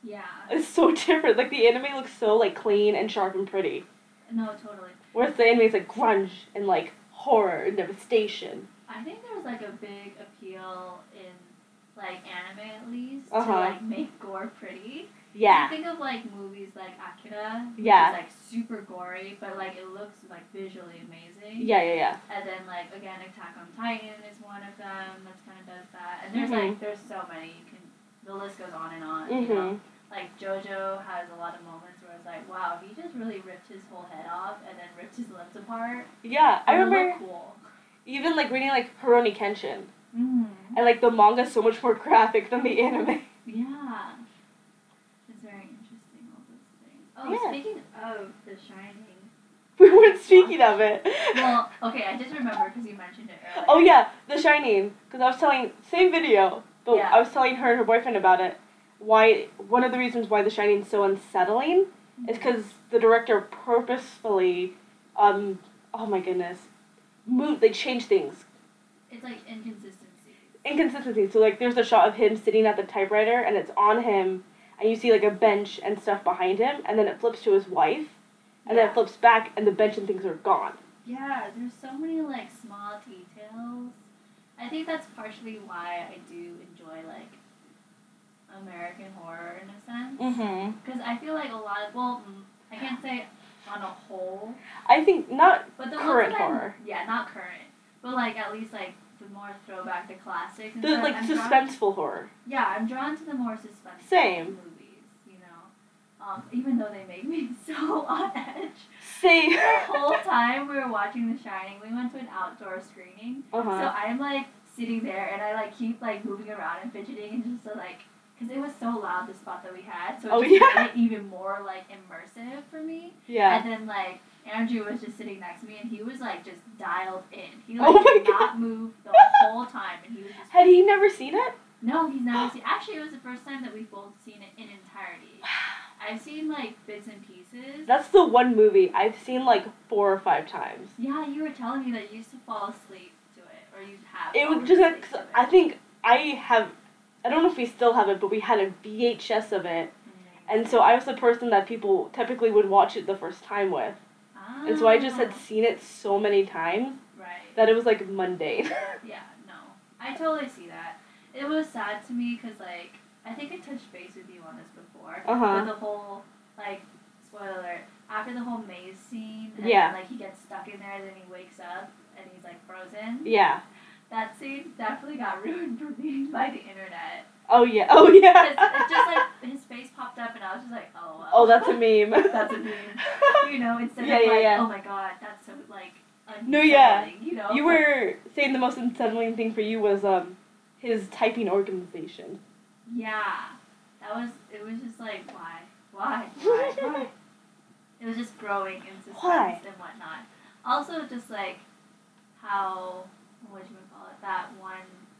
[SPEAKER 1] Yeah.
[SPEAKER 2] is so different. Like the anime looks so like clean and sharp and pretty,
[SPEAKER 1] No, totally.
[SPEAKER 2] whereas the anime is like grunge and like horror and devastation.
[SPEAKER 1] I think there's like a big appeal in like anime at least to
[SPEAKER 2] Uh-huh.
[SPEAKER 1] like make gore pretty.
[SPEAKER 2] Yeah,
[SPEAKER 1] Think of like movies like Akira. which
[SPEAKER 2] Yeah.
[SPEAKER 1] Is, like super gory, but like it looks like visually amazing.
[SPEAKER 2] yeah, yeah, yeah.
[SPEAKER 1] And then like again, Attack on Titan is one of them that's kind of does that. And there's
[SPEAKER 2] Mhm.
[SPEAKER 1] like there's so many you can. The list goes on and on. You
[SPEAKER 2] Mhm.
[SPEAKER 1] know? Like JoJo has a lot of moments where it's like, wow, he just really ripped his whole head off and then ripped his limbs apart.
[SPEAKER 2] Yeah, I
[SPEAKER 1] and it
[SPEAKER 2] remember
[SPEAKER 1] looked Cool.
[SPEAKER 2] even like reading like Hironi Kenshin,
[SPEAKER 1] Mm.
[SPEAKER 2] and like the manga's so much more graphic than the anime.
[SPEAKER 1] Yeah. It's very interesting, all those things. Oh,
[SPEAKER 2] Yeah.
[SPEAKER 1] speaking of The Shining.
[SPEAKER 2] We weren't speaking of it.
[SPEAKER 1] Well, okay, I just remember because you mentioned it earlier.
[SPEAKER 2] oh yeah, The Shining. Because I was telling same video, but
[SPEAKER 1] Yeah.
[SPEAKER 2] I was telling her and her boyfriend about it, why one of the reasons why The Shining's so unsettling is because the director purposefully, um, oh my goodness, move they change things
[SPEAKER 1] It's like inconsistency.
[SPEAKER 2] inconsistency. So like, there's a shot of him sitting at the typewriter, and it's on him, and you see like a bench and stuff behind him, and then it flips to his wife, and then
[SPEAKER 1] yeah.
[SPEAKER 2] it flips back, and the bench and things are gone.
[SPEAKER 1] yeah, there's so many like small details. I think that's partially why I do enjoy like American horror in a sense.
[SPEAKER 2] Mm-hmm.
[SPEAKER 1] Because I feel like a lot of well, mm, I can't say on a whole,
[SPEAKER 2] I think not.
[SPEAKER 1] but the
[SPEAKER 2] Current
[SPEAKER 1] ones that I'm-
[SPEAKER 2] horror.
[SPEAKER 1] yeah, not current, but like at least like the more throwback, the classics. And
[SPEAKER 2] The
[SPEAKER 1] stuff,
[SPEAKER 2] like
[SPEAKER 1] I'm Drawn,
[SPEAKER 2] suspenseful horror.
[SPEAKER 1] yeah, I'm drawn to the more suspenseful
[SPEAKER 2] Same.
[SPEAKER 1] movies. You know, um, even though they make me so on edge.
[SPEAKER 2] Say.
[SPEAKER 1] The whole time we were watching The Shining, we went to an outdoor screening. So
[SPEAKER 2] uh-huh.
[SPEAKER 1] I'm like sitting there and I like keep like moving around and fidgeting and just so, like because it was so loud the spot that we had, so it
[SPEAKER 2] Oh,
[SPEAKER 1] just
[SPEAKER 2] yeah.
[SPEAKER 1] made it even more like immersive for me.
[SPEAKER 2] yeah.
[SPEAKER 1] And then like Andrew was just sitting next to me and he was like just dialed in. He like
[SPEAKER 2] Oh my
[SPEAKER 1] did
[SPEAKER 2] God.
[SPEAKER 1] not move the whole time and he was just
[SPEAKER 2] Had he never seen it?
[SPEAKER 1] no, he's never seen. Actually, it was the first time that we've both seen it in entirety. I've seen like bits and pieces.
[SPEAKER 2] That's the one movie I've seen like four or five times.
[SPEAKER 1] Yeah, you were telling me that you used to fall asleep to it, or you have.
[SPEAKER 2] It
[SPEAKER 1] fallen
[SPEAKER 2] was just
[SPEAKER 1] asleep
[SPEAKER 2] like,
[SPEAKER 1] to it.
[SPEAKER 2] I think I have, I don't know if we still have it, but we had a VHS of it.
[SPEAKER 1] Mm.
[SPEAKER 2] And so I was the person that people typically would watch it the first time with.
[SPEAKER 1] Ah,
[SPEAKER 2] And so I just had seen it so many times
[SPEAKER 1] Right.
[SPEAKER 2] that it was like mundane.
[SPEAKER 1] Yeah. No. I totally see that. It was sad to me because like I think I touched base with you on this before.
[SPEAKER 2] Uh huh.
[SPEAKER 1] But the whole like spoiler alert, after the whole maze scene and
[SPEAKER 2] Yeah.
[SPEAKER 1] like he gets stuck in there and then he wakes up and he's like frozen.
[SPEAKER 2] Yeah.
[SPEAKER 1] That scene definitely got ruined for me by the internet.
[SPEAKER 2] Oh yeah. Oh
[SPEAKER 1] 'Cause
[SPEAKER 2] yeah.
[SPEAKER 1] it just like his face popped up and I was just like, oh. Well.
[SPEAKER 2] oh, that's a meme.
[SPEAKER 1] That's a meme. you know, instead
[SPEAKER 2] Yeah,
[SPEAKER 1] of
[SPEAKER 2] yeah,
[SPEAKER 1] like,
[SPEAKER 2] yeah.
[SPEAKER 1] oh my god, that's so like unsettling,
[SPEAKER 2] No, yeah.
[SPEAKER 1] you know.
[SPEAKER 2] You were saying the most unsettling thing for you was um his typing organization.
[SPEAKER 1] Yeah, that was. It was just like why, why, why, why? It was just growing in suspense
[SPEAKER 2] Why?
[SPEAKER 1] and whatnot. Also, just like how what you would call it, that one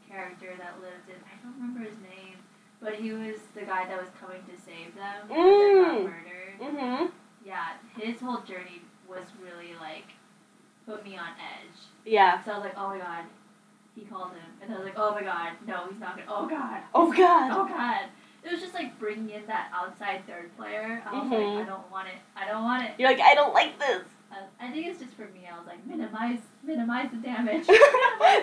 [SPEAKER 1] character that lived in I don't remember his name, but he was the guy that was coming to save them. and then got
[SPEAKER 2] Mm.
[SPEAKER 1] murdered.
[SPEAKER 2] Mm-hmm.
[SPEAKER 1] Yeah, his whole journey was really like put me on edge.
[SPEAKER 2] Yeah.
[SPEAKER 1] So I was like, oh my god, he called him. And I was like, oh my god, no, he's not gonna, oh god,
[SPEAKER 2] Oh God.
[SPEAKER 1] oh god. It was just like bringing in that outside third player. I was
[SPEAKER 2] Mhm.
[SPEAKER 1] like, I don't want it, I don't want it. Uh,
[SPEAKER 2] You're like I don't like this.
[SPEAKER 1] I, I think it's just for me. I was like, minimize, minimize the damage.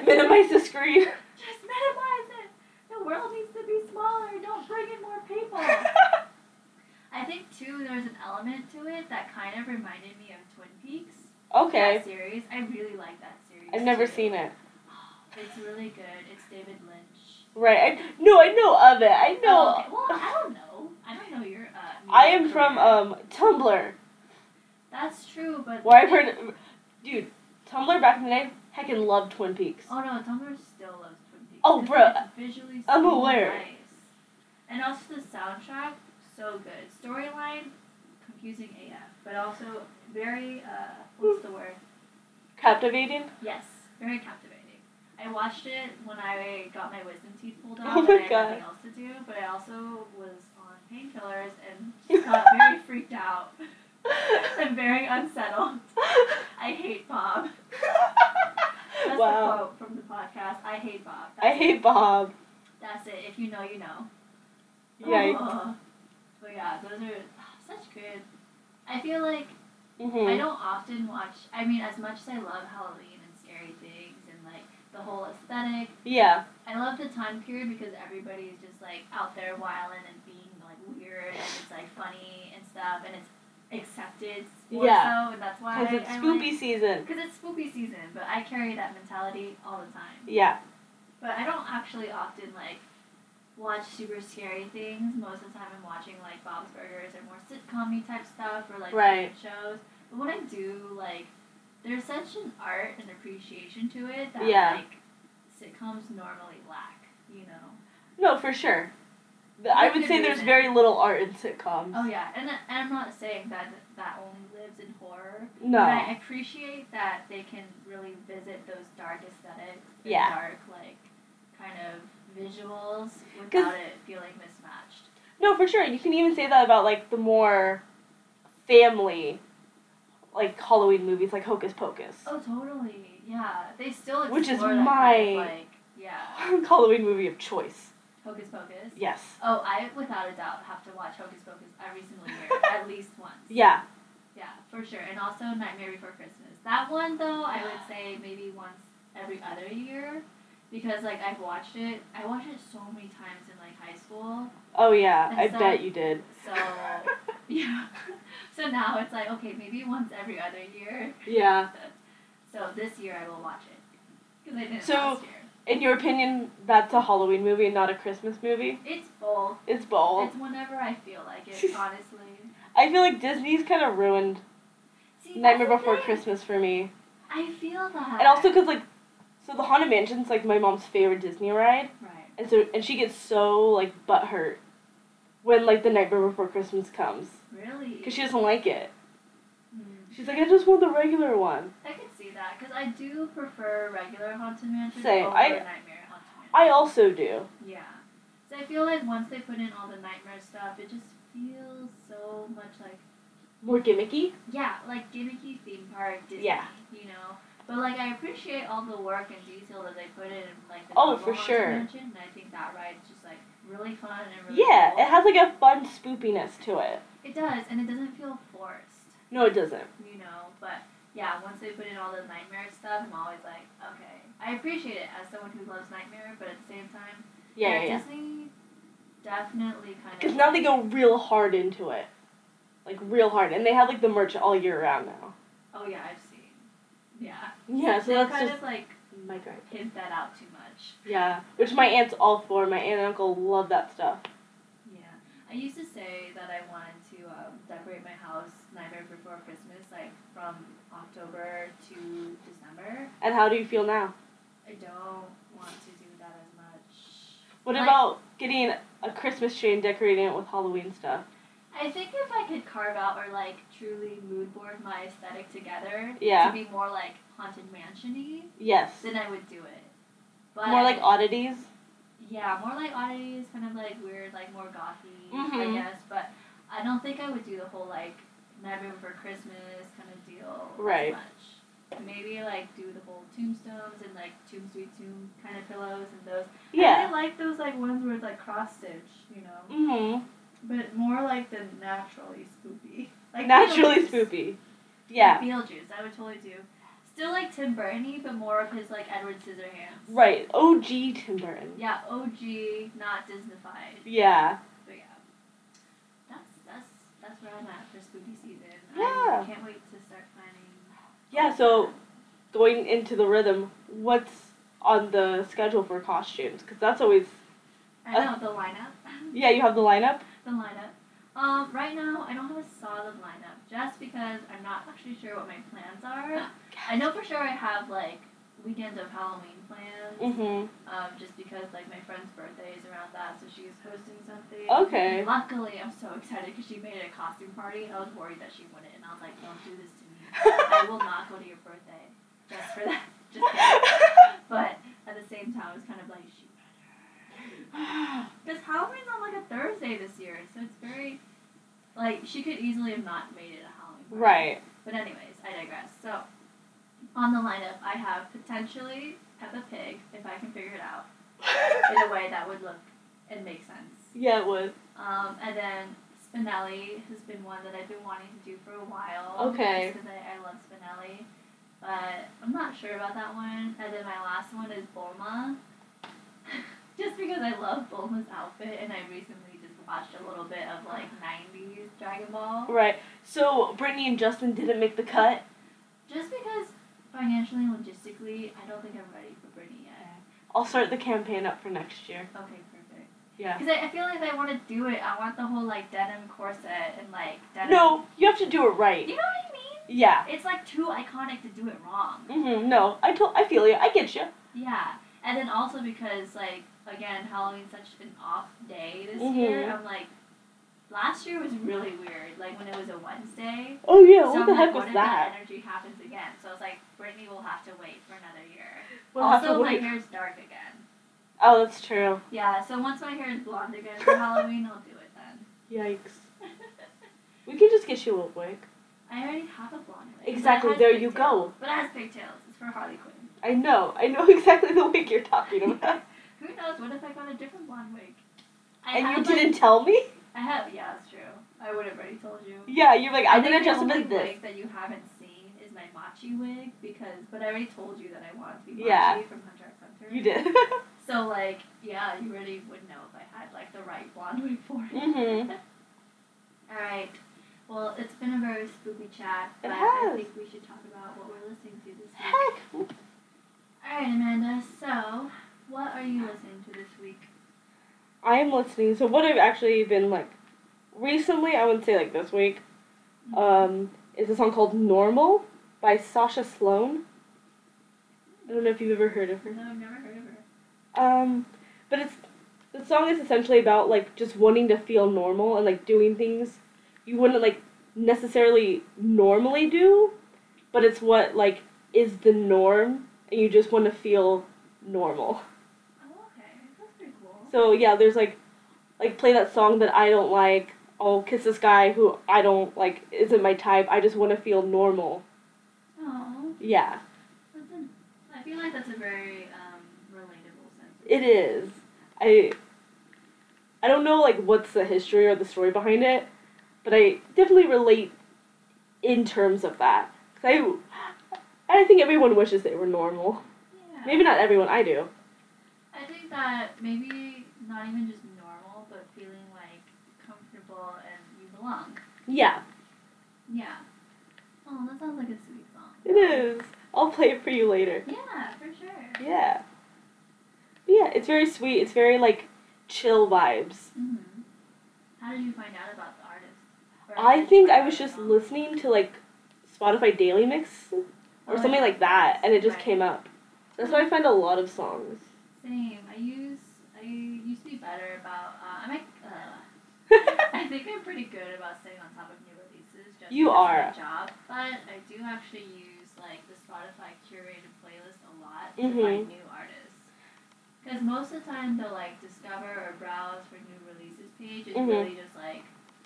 [SPEAKER 2] Minimize the screen.
[SPEAKER 1] Just minimize it. The world needs to be smaller. Don't bring in more people. I think too, there's an element to it that kind of reminded me of Twin Peaks.
[SPEAKER 2] okay.
[SPEAKER 1] That series, I really like that series.
[SPEAKER 2] I've never
[SPEAKER 1] too.
[SPEAKER 2] seen it.
[SPEAKER 1] It's really good. It's David Lynch.
[SPEAKER 2] Right. I, no, I know of it. I know.
[SPEAKER 1] Oh, okay. Well, I don't know. I don't know your. Uh,
[SPEAKER 2] I
[SPEAKER 1] music
[SPEAKER 2] am from
[SPEAKER 1] career.
[SPEAKER 2] um Tumblr.
[SPEAKER 1] That's true, but.
[SPEAKER 2] Where I've heard, dude, Tumblr back in the day, heckin' loved Twin Peaks.
[SPEAKER 1] Oh no, Tumblr still loves Twin Peaks.
[SPEAKER 2] Oh,
[SPEAKER 1] It's,
[SPEAKER 2] bro,
[SPEAKER 1] like, visually,
[SPEAKER 2] I'm
[SPEAKER 1] so
[SPEAKER 2] aware.
[SPEAKER 1] Nice. And also the soundtrack, so good. Storyline, confusing AF, but also very. Uh, what's the word?
[SPEAKER 2] Captivating.
[SPEAKER 1] Yes, very captivating. I watched it when I got my wisdom teeth pulled out
[SPEAKER 2] Oh
[SPEAKER 1] and
[SPEAKER 2] my
[SPEAKER 1] I had nothing else to do, but I also was on painkillers and just got very freaked out and very unsettled. I hate Bob. That's
[SPEAKER 2] Wow.
[SPEAKER 1] the quote from the podcast. I hate Bob. That's
[SPEAKER 2] I hate
[SPEAKER 1] It.
[SPEAKER 2] Bob.
[SPEAKER 1] That's it. If you know, you know.
[SPEAKER 2] Yikes.
[SPEAKER 1] Oh. But yeah, those are such good. I feel like I
[SPEAKER 2] hmm
[SPEAKER 1] don't often watch. I mean, as much as I love Halloween and scary things and like the whole aesthetic,
[SPEAKER 2] Yeah.
[SPEAKER 1] I love the time period because everybody is just like out there wilding and being like weird and it's like funny and stuff and it's accepted more
[SPEAKER 2] Yeah.
[SPEAKER 1] so and that's why
[SPEAKER 2] Because it's
[SPEAKER 1] I
[SPEAKER 2] spoopy season.
[SPEAKER 1] because it's spoopy season, but I carry that mentality all the time.
[SPEAKER 2] Yeah.
[SPEAKER 1] But I don't actually often like watch super scary things. Most of the time, I'm watching like Bob's Burgers or more sitcom type stuff or like
[SPEAKER 2] Right.
[SPEAKER 1] shows. But when I do, like, there's such an art and appreciation to it that
[SPEAKER 2] Yeah.
[SPEAKER 1] like sitcoms normally lack. You know?
[SPEAKER 2] No, for sure. The- I
[SPEAKER 1] That's
[SPEAKER 2] would
[SPEAKER 1] a
[SPEAKER 2] say
[SPEAKER 1] good
[SPEAKER 2] there's
[SPEAKER 1] reason.
[SPEAKER 2] very little art in sitcoms.
[SPEAKER 1] Oh yeah, and, and I'm not saying that that only lives in horror.
[SPEAKER 2] No.
[SPEAKER 1] But I appreciate that they can really visit those dark aesthetics, and
[SPEAKER 2] Yeah.
[SPEAKER 1] dark like kind of visuals
[SPEAKER 2] 'Cause-
[SPEAKER 1] without it feeling mismatched.
[SPEAKER 2] No, for sure. You can even say that about like the more family, like Halloween movies, like Hocus Pocus.
[SPEAKER 1] Oh, totally. Yeah, they still explore
[SPEAKER 2] Which is
[SPEAKER 1] that
[SPEAKER 2] my-
[SPEAKER 1] kind of, like yeah
[SPEAKER 2] Halloween movie of choice.
[SPEAKER 1] hocus pocus.
[SPEAKER 2] Yes.
[SPEAKER 1] Oh, I without a doubt have to watch Hocus Pocus every single year, at least once.
[SPEAKER 2] Yeah.
[SPEAKER 1] Yeah, for sure. And also Nightmare Before Christmas. That one though, I would say maybe once every other year, because like I've watched it. I watched it so many times in like high school.
[SPEAKER 2] Oh yeah.
[SPEAKER 1] And
[SPEAKER 2] I
[SPEAKER 1] so-
[SPEAKER 2] bet you did.
[SPEAKER 1] So yeah. So now it's like okay, maybe once every other year.
[SPEAKER 2] Yeah.
[SPEAKER 1] So this year I will watch it because I didn't
[SPEAKER 2] So-
[SPEAKER 1] last year.
[SPEAKER 2] In your opinion, that's a Halloween movie and not a Christmas movie?
[SPEAKER 1] It's both.
[SPEAKER 2] It's both.
[SPEAKER 1] It's whenever I feel like it, honestly.
[SPEAKER 2] I feel like Disney's kind of ruined
[SPEAKER 1] See, that's
[SPEAKER 2] Nightmare
[SPEAKER 1] the
[SPEAKER 2] Before
[SPEAKER 1] thing.
[SPEAKER 2] Christmas for me.
[SPEAKER 1] I feel that.
[SPEAKER 2] And also because like, so the Haunted Mansion's like my mom's favorite Disney ride,
[SPEAKER 1] Right.
[SPEAKER 2] and so and she gets so like butthurt when like the Nightmare Before Christmas comes
[SPEAKER 1] Really.
[SPEAKER 2] because she doesn't like it.
[SPEAKER 1] Mm.
[SPEAKER 2] She's like, I just want the regular one.
[SPEAKER 1] I can see that because I do prefer regular haunted mansion
[SPEAKER 2] Same.
[SPEAKER 1] over
[SPEAKER 2] I-
[SPEAKER 1] nightmare haunted mansion.
[SPEAKER 2] I also do.
[SPEAKER 1] yeah. So I feel like once they put in all the nightmare stuff, it just feels so much like
[SPEAKER 2] More gimmicky.
[SPEAKER 1] yeah, like gimmicky theme park Disney.
[SPEAKER 2] Yeah.
[SPEAKER 1] You know. But like I appreciate all the work and detail that they put in, like the
[SPEAKER 2] Oh,
[SPEAKER 1] normal
[SPEAKER 2] for
[SPEAKER 1] haunted
[SPEAKER 2] sure.
[SPEAKER 1] mansion, and I think that ride's just like really fun and really
[SPEAKER 2] Yeah,
[SPEAKER 1] cool.
[SPEAKER 2] it has like a fun spoopiness to it.
[SPEAKER 1] It does, and it doesn't feel forced.
[SPEAKER 2] No, it doesn't.
[SPEAKER 1] you know. But yeah, once they put in all the nightmare stuff, I'm always like, okay, I appreciate it as someone who loves nightmare, but at the same time,
[SPEAKER 2] Yeah, yeah. yeah.
[SPEAKER 1] Disney definitely kind
[SPEAKER 2] Because
[SPEAKER 1] of
[SPEAKER 2] now they go real hard into it. Like, real hard. And they have, like, the merch all year round now.
[SPEAKER 1] Oh yeah, I've seen. Yeah,
[SPEAKER 2] Yeah, so
[SPEAKER 1] they
[SPEAKER 2] that's
[SPEAKER 1] kind
[SPEAKER 2] just
[SPEAKER 1] of like
[SPEAKER 2] my gripe.
[SPEAKER 1] hint that out too much.
[SPEAKER 2] Yeah. Which my aunt's all for. My aunt and uncle love that stuff.
[SPEAKER 1] Yeah, I used to say that I wanted to um, decorate my house Nightmare Before Christmas, like from October to December.
[SPEAKER 2] And how do you feel now?
[SPEAKER 1] I don't want to do that as much.
[SPEAKER 2] What
[SPEAKER 1] Like-
[SPEAKER 2] about getting a Christmas tree and decorating it with Halloween stuff?
[SPEAKER 1] I think if I could carve out or like truly mood board my aesthetic together
[SPEAKER 2] Yeah.
[SPEAKER 1] to be more like haunted mansiony,
[SPEAKER 2] Yes.
[SPEAKER 1] then I would do it. But
[SPEAKER 2] More like oddities?
[SPEAKER 1] yeah, more like oddities, kind of like weird, like more gothy, I
[SPEAKER 2] Mhm.
[SPEAKER 1] guess. But I don't think I would do the whole like Nightmare Before Christmas kind of deal
[SPEAKER 2] Right.
[SPEAKER 1] as much. Maybe like do the whole tombstones and like tomb sweet tomb kind of pillows and those. I
[SPEAKER 2] Yeah.
[SPEAKER 1] really like those like ones where it's like cross stitch, you know.
[SPEAKER 2] Mm
[SPEAKER 1] But more like the naturally spoopy.
[SPEAKER 2] hmm.
[SPEAKER 1] Like
[SPEAKER 2] Naturally
[SPEAKER 1] Beetlejuice.
[SPEAKER 2] spoopy. Yeah.
[SPEAKER 1] Beetlejuice, I would totally do. Still like Tim Burton, but more of his like Edward Scissorhands.
[SPEAKER 2] Right. OG Tim Burton.
[SPEAKER 1] Yeah, OG, not Disneyfied.
[SPEAKER 2] Yeah.
[SPEAKER 1] But yeah. That's that's that's where I'm at for spooky season. I
[SPEAKER 2] Yeah.
[SPEAKER 1] can't wait to start planning.
[SPEAKER 2] Yeah, so going into the rhythm, what's on the schedule for costumes? Because that's always
[SPEAKER 1] I
[SPEAKER 2] uh,
[SPEAKER 1] know the lineup.
[SPEAKER 2] yeah. You have the lineup.
[SPEAKER 1] the lineup. Um, right now I don't have a solid lineup just because I'm not actually sure what my plans are. I know for sure I have like weekend of Halloween plans.
[SPEAKER 2] Mhm.
[SPEAKER 1] um, just because like my friend's birthday is around that, so she's hosting something.
[SPEAKER 2] Okay.
[SPEAKER 1] Luckily, I'm so excited because she made it a costume party, and I was worried that she wouldn't, and I was like, "Don't do this to me. I will not go to your birthday just for that." Just kidding. but at the same time, I was kind of like, "She because Halloween's on like a Thursday this year, so it's very like she could easily have not made it a Halloween." Party.
[SPEAKER 2] right.
[SPEAKER 1] But anyways, I digress. So on the lineup, I have potentially Peppa Pig if I can figure it out in a way that would look and make sense.
[SPEAKER 2] yeah, it was
[SPEAKER 1] Um, and then Spinelli has been one that I've been wanting to do for a while.
[SPEAKER 2] Okay.
[SPEAKER 1] Because I, I love Spinelli. But I'm not sure about that one. And then my last one is Bulma. just because I love Bulma's outfit and I recently just watched a little bit of like 90s Dragon Ball.
[SPEAKER 2] right. So Brittany and Justin didn't make the cut.
[SPEAKER 1] Just because financially and logistically, I don't think I'm ready for Brittany yet.
[SPEAKER 2] I'll start the campaign up for next year.
[SPEAKER 1] Okay, perfect.
[SPEAKER 2] Yeah.
[SPEAKER 1] Because I, I feel like if I want to do it, I want the whole like denim corset and like denim.
[SPEAKER 2] No, you have to do it
[SPEAKER 1] You know
[SPEAKER 2] right.
[SPEAKER 1] what I mean?
[SPEAKER 2] Yeah.
[SPEAKER 1] It's like too iconic to do it wrong.
[SPEAKER 2] Mhm. No, I told. I feel you. I get you.
[SPEAKER 1] Yeah. And then also because like again, Halloween's such an off day this
[SPEAKER 2] Mhm.
[SPEAKER 1] year. I'm like, last year was really weird. Like when it was a Wednesday.
[SPEAKER 2] Oh yeah.
[SPEAKER 1] so
[SPEAKER 2] what
[SPEAKER 1] I'm
[SPEAKER 2] the
[SPEAKER 1] like,
[SPEAKER 2] heck
[SPEAKER 1] what
[SPEAKER 2] was
[SPEAKER 1] if
[SPEAKER 2] that?
[SPEAKER 1] energy happens again. So I was like, Brittany will have to wait for another year.
[SPEAKER 2] We'll have
[SPEAKER 1] also,
[SPEAKER 2] to
[SPEAKER 1] my
[SPEAKER 2] wait.
[SPEAKER 1] hair's dark again.
[SPEAKER 2] Oh, that's true.
[SPEAKER 1] Yeah, so once my hair is blonde again for Halloween, I'll do it then.
[SPEAKER 2] Yikes. We can just get you a wig.
[SPEAKER 1] I already have a blonde wig. but it
[SPEAKER 2] Exactly,
[SPEAKER 1] has
[SPEAKER 2] there you
[SPEAKER 1] pigtails.
[SPEAKER 2] go.
[SPEAKER 1] But it has pigtails. It's for Harley Quinn.
[SPEAKER 2] I know. I know exactly the wig you're talking about.
[SPEAKER 1] Who knows? What if I got a different blonde wig? I
[SPEAKER 2] and you
[SPEAKER 1] have,
[SPEAKER 2] didn't
[SPEAKER 1] Like,
[SPEAKER 2] tell me?
[SPEAKER 1] I have. Yeah, that's true. I would have already told you.
[SPEAKER 2] Yeah, you're like, I,
[SPEAKER 1] think
[SPEAKER 2] didn't just
[SPEAKER 1] the only
[SPEAKER 2] admit this.
[SPEAKER 1] wig that you haven't seen is my Machi wig because, but I already told you that I wanted to be Machi
[SPEAKER 2] Yeah.
[SPEAKER 1] from Hunter x Hunter.
[SPEAKER 2] You did.
[SPEAKER 1] So like, yeah, you really would know if I had like the right blonde wig for it.
[SPEAKER 2] mm-hmm.
[SPEAKER 1] All right. Well, it's been a very spooky chat,
[SPEAKER 2] It
[SPEAKER 1] but I
[SPEAKER 2] has.
[SPEAKER 1] think we should talk about what we're listening to this week.
[SPEAKER 2] Heck.
[SPEAKER 1] All right, Amanda. So, what are you listening to this week?
[SPEAKER 2] I am listening. So what I've actually been like recently, I wouldn't say like this week, um, is a song called Normal by Sasha Sloan. I don't know if you've ever heard of her.
[SPEAKER 1] No, I've never heard of her.
[SPEAKER 2] Um, but it's the song is essentially about like just wanting to feel normal and like doing things you wouldn't like necessarily normally do, but it's what like is the norm, and you just want to feel normal.
[SPEAKER 1] Oh, okay. That's pretty cool.
[SPEAKER 2] So yeah, there's like like play that song that I don't like. Oh, kiss this guy who I don't like isn't my type. I just want to feel normal.
[SPEAKER 1] Oh,
[SPEAKER 2] Yeah,
[SPEAKER 1] that's a, I feel like that's a very um, relatable sense. of
[SPEAKER 2] it is. I I don't know like what's the history or the story behind it, but I definitely relate in terms of that. 'Cause I I think everyone wishes they were normal.
[SPEAKER 1] Yeah.
[SPEAKER 2] Maybe not everyone. I do.
[SPEAKER 1] I think that maybe not even just normal, but feeling like comfortable and you belong.
[SPEAKER 2] Yeah,
[SPEAKER 1] Yeah. Oh, that sounds like a sweet song.
[SPEAKER 2] it is. I'll play it for you later.
[SPEAKER 1] Yeah, for sure.
[SPEAKER 2] Yeah. But yeah, it's very sweet. It's very like chill vibes.
[SPEAKER 1] hmm How did you find out about the artist? Or
[SPEAKER 2] I
[SPEAKER 1] did
[SPEAKER 2] think
[SPEAKER 1] you
[SPEAKER 2] I
[SPEAKER 1] find
[SPEAKER 2] was
[SPEAKER 1] out
[SPEAKER 2] just
[SPEAKER 1] about the song?
[SPEAKER 2] listening to like Spotify Daily Mix
[SPEAKER 1] Oh,
[SPEAKER 2] or something like that, and it just came up. That's how I find a lot of songs.
[SPEAKER 1] Same. I use. I used to be better about. Uh, I make. Uh, I think I'm pretty good about staying on top of new releases. Just
[SPEAKER 2] You
[SPEAKER 1] because
[SPEAKER 2] are.
[SPEAKER 1] Of my job, but I do actually use like the Spotify curated playlist a lot
[SPEAKER 2] Mhm.
[SPEAKER 1] to find new artists. Because most of the time, the like discover or browse for new releases page is
[SPEAKER 2] Mhm.
[SPEAKER 1] really just like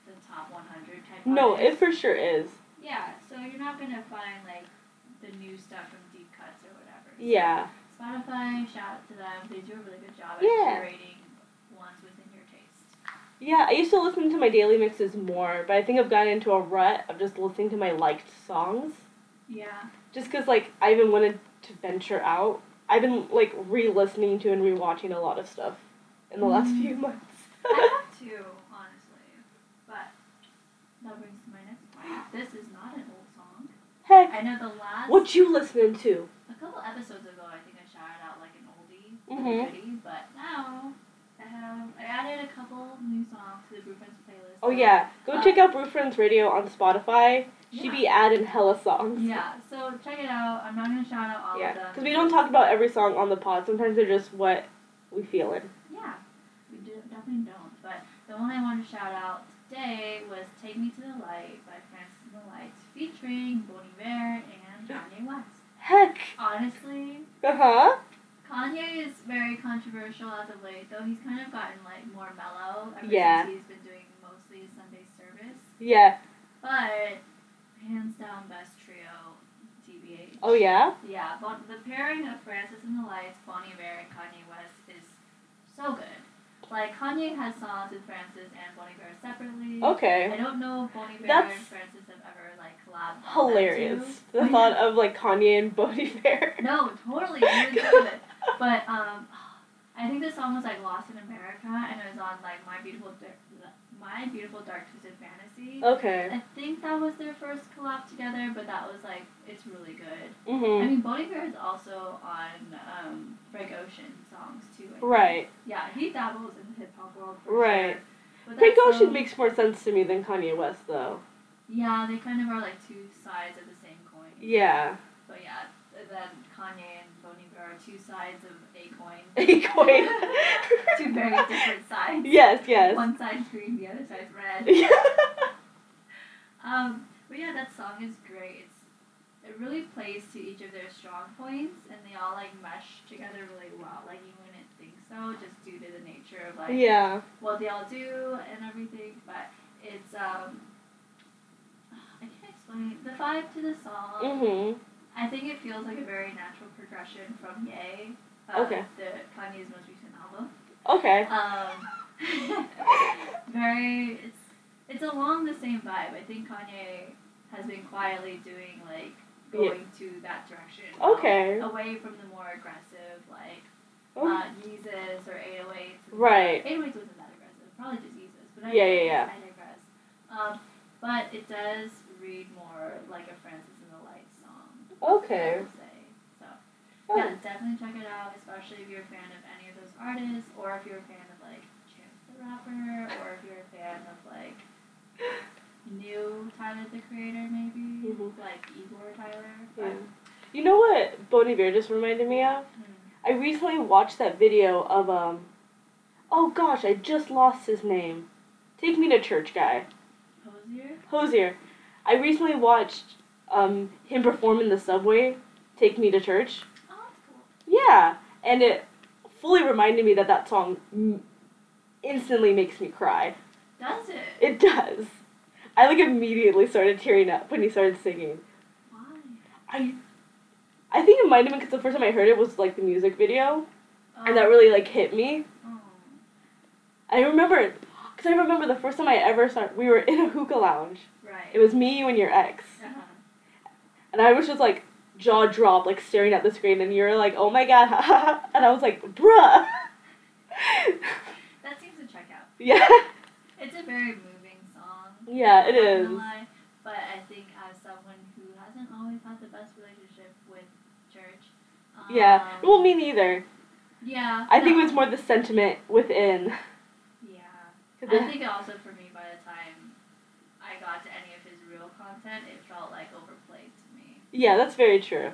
[SPEAKER 1] the top 100 type.
[SPEAKER 2] no,
[SPEAKER 1] artists.
[SPEAKER 2] it for sure is.
[SPEAKER 1] Yeah, so you're not gonna find like the new stuff from deep cuts or whatever. So
[SPEAKER 2] Yeah.
[SPEAKER 1] Spotify, shout out to them. They do a really good job at
[SPEAKER 2] Yeah.
[SPEAKER 1] curating ones within your taste.
[SPEAKER 2] Yeah, I used to listen to my daily mixes more, but I think I've gotten into a rut of just listening to my liked songs.
[SPEAKER 1] Yeah.
[SPEAKER 2] Just because, like, I even wanted to venture out. I've been, like, re listening to and rewatching a lot of stuff in the last
[SPEAKER 1] Mm.
[SPEAKER 2] few months.
[SPEAKER 1] I have to, honestly. But that brings to my next point. This is not an old song.
[SPEAKER 2] Heck,
[SPEAKER 1] I know the last
[SPEAKER 2] What you listening to?
[SPEAKER 1] a couple episodes ago I think I shouted out like an oldie or
[SPEAKER 2] Mhm.
[SPEAKER 1] goodie, but now um, I added a couple new songs to the Brew Friends playlist.
[SPEAKER 2] Oh
[SPEAKER 1] so-
[SPEAKER 2] yeah, go
[SPEAKER 1] Uh,
[SPEAKER 2] check out Brew Friends Radio on Spotify. She
[SPEAKER 1] Yeah.
[SPEAKER 2] be adding hella songs.
[SPEAKER 1] Yeah, so check it out. I'm not gonna shout out all of them.
[SPEAKER 2] because we don't talk about every song on the pod. Sometimes they're just what we feeling.
[SPEAKER 1] Yeah, we do, definitely don't. But the one I want to shout out today was "Take Me to the Light" by Francis and the Lights, featuring Bon Iver and Kanye West.
[SPEAKER 2] Heck,
[SPEAKER 1] Honestly,
[SPEAKER 2] uh huh.
[SPEAKER 1] Kanye is very controversial as of late, though he's kind of gotten like more mellow ever
[SPEAKER 2] Yeah.
[SPEAKER 1] since he's been doing mostly Sunday service.
[SPEAKER 2] Yeah.
[SPEAKER 1] But hands down, best trio, TBH.
[SPEAKER 2] Oh yeah.
[SPEAKER 1] Yeah, bon- the pairing of Francis and the Lights, Bon Iver, and Kanye West is so good. Like, Kanye has songs with Francis and Bon Iver separately. I
[SPEAKER 2] Okay.
[SPEAKER 1] don't know if Bon Iver
[SPEAKER 2] That's
[SPEAKER 1] and Francis have ever, like, collabed. on that
[SPEAKER 2] Hilarious.
[SPEAKER 1] too.
[SPEAKER 2] The thought of like Kanye and Bodie Bear.
[SPEAKER 1] No, totally. You would do it. But, um, I think the song was, like, Lost in America, and it was on, like, My Beautiful Dark, My Beautiful Dark Twisted Fantasy.
[SPEAKER 2] okay.
[SPEAKER 1] I think that was their first collab together, but that was, like, it's really good. I
[SPEAKER 2] Mhm.
[SPEAKER 1] mean, Bon Iver is also on um, Frank Ocean songs too. I think.
[SPEAKER 2] Right.
[SPEAKER 1] Yeah, he dabbles in the hip hop world. For
[SPEAKER 2] Right.
[SPEAKER 1] Sure. But
[SPEAKER 2] Frank
[SPEAKER 1] that
[SPEAKER 2] Ocean
[SPEAKER 1] song-
[SPEAKER 2] makes more sense to me than Kanye West though.
[SPEAKER 1] Yeah, they kind of are like two sides of the same coin.
[SPEAKER 2] Yeah.
[SPEAKER 1] But yeah, and then Kanye and Bon Iver are two sides of a coin.
[SPEAKER 2] A coin.
[SPEAKER 1] two very different sides.
[SPEAKER 2] Yes. Yes.
[SPEAKER 1] One side's green, the other side's red. Um, but yeah, that song is great. It's it really plays to each of their strong points, and they all like mesh together really well. Like you wouldn't think so. so, just due to the nature of like
[SPEAKER 2] Yeah.
[SPEAKER 1] what they all do and everything. But it's um, I can't explain the vibe to the song.
[SPEAKER 2] Mhm.
[SPEAKER 1] I think it feels like a very natural progression from Yay, uh,
[SPEAKER 2] Okay.
[SPEAKER 1] the Kanye's most recent album.
[SPEAKER 2] Okay.
[SPEAKER 1] Um, very, it's it's along the same vibe. I think Kanye has been quietly doing like
[SPEAKER 2] Yeah.
[SPEAKER 1] going to that direction. um,
[SPEAKER 2] Okay.
[SPEAKER 1] Away from the more aggressive like
[SPEAKER 2] Oh,
[SPEAKER 1] uh, Yeezus or 808s.
[SPEAKER 2] Right.
[SPEAKER 1] 808s wasn't that aggressive. Probably just Yeezus. But I
[SPEAKER 2] Yeah, yeah, yeah.
[SPEAKER 1] I digress. Um, but it does read more like a Francis in the Light song. I
[SPEAKER 2] Okay.
[SPEAKER 1] would say. So
[SPEAKER 2] Oh,
[SPEAKER 1] yeah, definitely check it out, especially if you're a fan of any of those artists, or if you're a fan of like Chance the Rapper, or if you're a fan of like new Tyler the Creator, maybe
[SPEAKER 2] Mhm.
[SPEAKER 1] like Igor Tyler.
[SPEAKER 2] yeah. You know what Bon Iver just reminded me of?
[SPEAKER 1] But, hmm.
[SPEAKER 2] I recently watched that video of um oh gosh, I just lost his name. Take me to church guy.
[SPEAKER 1] Hosier?
[SPEAKER 2] Hosier. I recently watched um him perform in the subway, Take Me to Church.
[SPEAKER 1] Oh, that's cool.
[SPEAKER 2] Yeah, and it fully reminded me that that song m- instantly makes me cry.
[SPEAKER 1] Does it?
[SPEAKER 2] It does. I like immediately started tearing up when he started singing.
[SPEAKER 1] Why?
[SPEAKER 2] I I think it might have been because the first time I heard it was like the music video,
[SPEAKER 1] Oh,
[SPEAKER 2] and that really like hit me.
[SPEAKER 1] oh.
[SPEAKER 2] I remember, cause I remember the first time I ever saw. We were in a hookah lounge.
[SPEAKER 1] right.
[SPEAKER 2] It was me, you, and your ex.
[SPEAKER 1] uh-huh.
[SPEAKER 2] And I was just like jaw dropped, like staring at the screen, and you were like, "Oh my god!" and I was like, "Bruh."
[SPEAKER 1] That seems to check out.
[SPEAKER 2] yeah,
[SPEAKER 1] It's a very moving song.
[SPEAKER 2] yeah,
[SPEAKER 1] I'm
[SPEAKER 2] it
[SPEAKER 1] not
[SPEAKER 2] is.
[SPEAKER 1] gonna lie, but I think as someone who hasn't always had the best relationship with church, um,
[SPEAKER 2] Yeah. Well, me neither.
[SPEAKER 1] yeah,
[SPEAKER 2] I think it
[SPEAKER 1] no,
[SPEAKER 2] was more the sentiment within.
[SPEAKER 1] Yeah,
[SPEAKER 2] 'Cause
[SPEAKER 1] I
[SPEAKER 2] it-
[SPEAKER 1] think also for me, by the time I got to any of his real content, it felt like overplayed to me.
[SPEAKER 2] yeah, that's very true.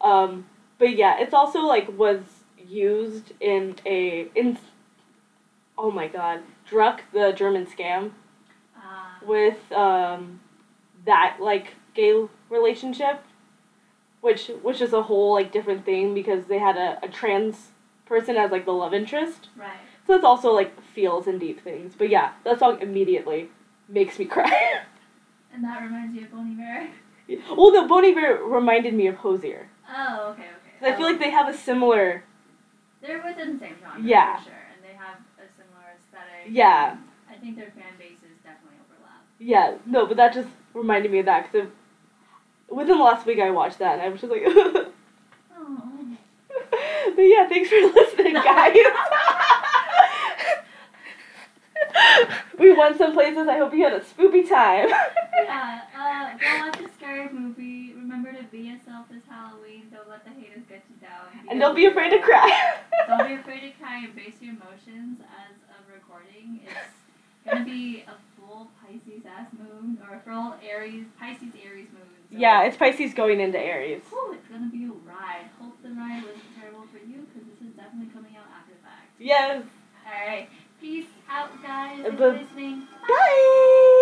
[SPEAKER 2] Um, but yeah, it's also like was used in a in. Oh my god, Druck the German scam.
[SPEAKER 1] Uh,
[SPEAKER 2] with um, that like gay relationship, which which is a whole like different thing because they had a, a trans person as like the love interest.
[SPEAKER 1] right.
[SPEAKER 2] So it's also like feels and deep things. But yeah, that song immediately makes me cry.
[SPEAKER 1] And that reminds you of Bon Iver.
[SPEAKER 2] well, the Bon Iver reminded me of Hosier.
[SPEAKER 1] Oh, okay, okay.
[SPEAKER 2] 'Cause I feel like they have a similar.
[SPEAKER 1] They're within the same genre
[SPEAKER 2] Yeah.
[SPEAKER 1] for sure, and they have a similar aesthetic.
[SPEAKER 2] Yeah.
[SPEAKER 1] I think their fan bases definitely overlap.
[SPEAKER 2] Yeah, no, but that just reminded me of that because within the last week I watched that and I was just like.
[SPEAKER 1] Oh.
[SPEAKER 2] but yeah, thanks for listening, guys. we went some places. I hope you had a spoopy time.
[SPEAKER 1] yeah, uh, go watch a scary movie. Remember to be yourself this Halloween. Don't let the haters get you down.
[SPEAKER 2] and don't be afraid to cry.
[SPEAKER 1] Don't be afraid to cry and base your emotions as a recording. It's gonna be a full Pisces ass moon or a full Aries Pisces Aries moon. So
[SPEAKER 2] yeah, it's Pisces going into Aries.
[SPEAKER 1] Whew, it's gonna be a ride. Hope the ride wasn't terrible for you because this is definitely coming out after the fact.
[SPEAKER 2] Yes.
[SPEAKER 1] All right, peace out, guys. Thanks
[SPEAKER 2] Uh,
[SPEAKER 1] for
[SPEAKER 2] bu-
[SPEAKER 1] listening.
[SPEAKER 2] Bye.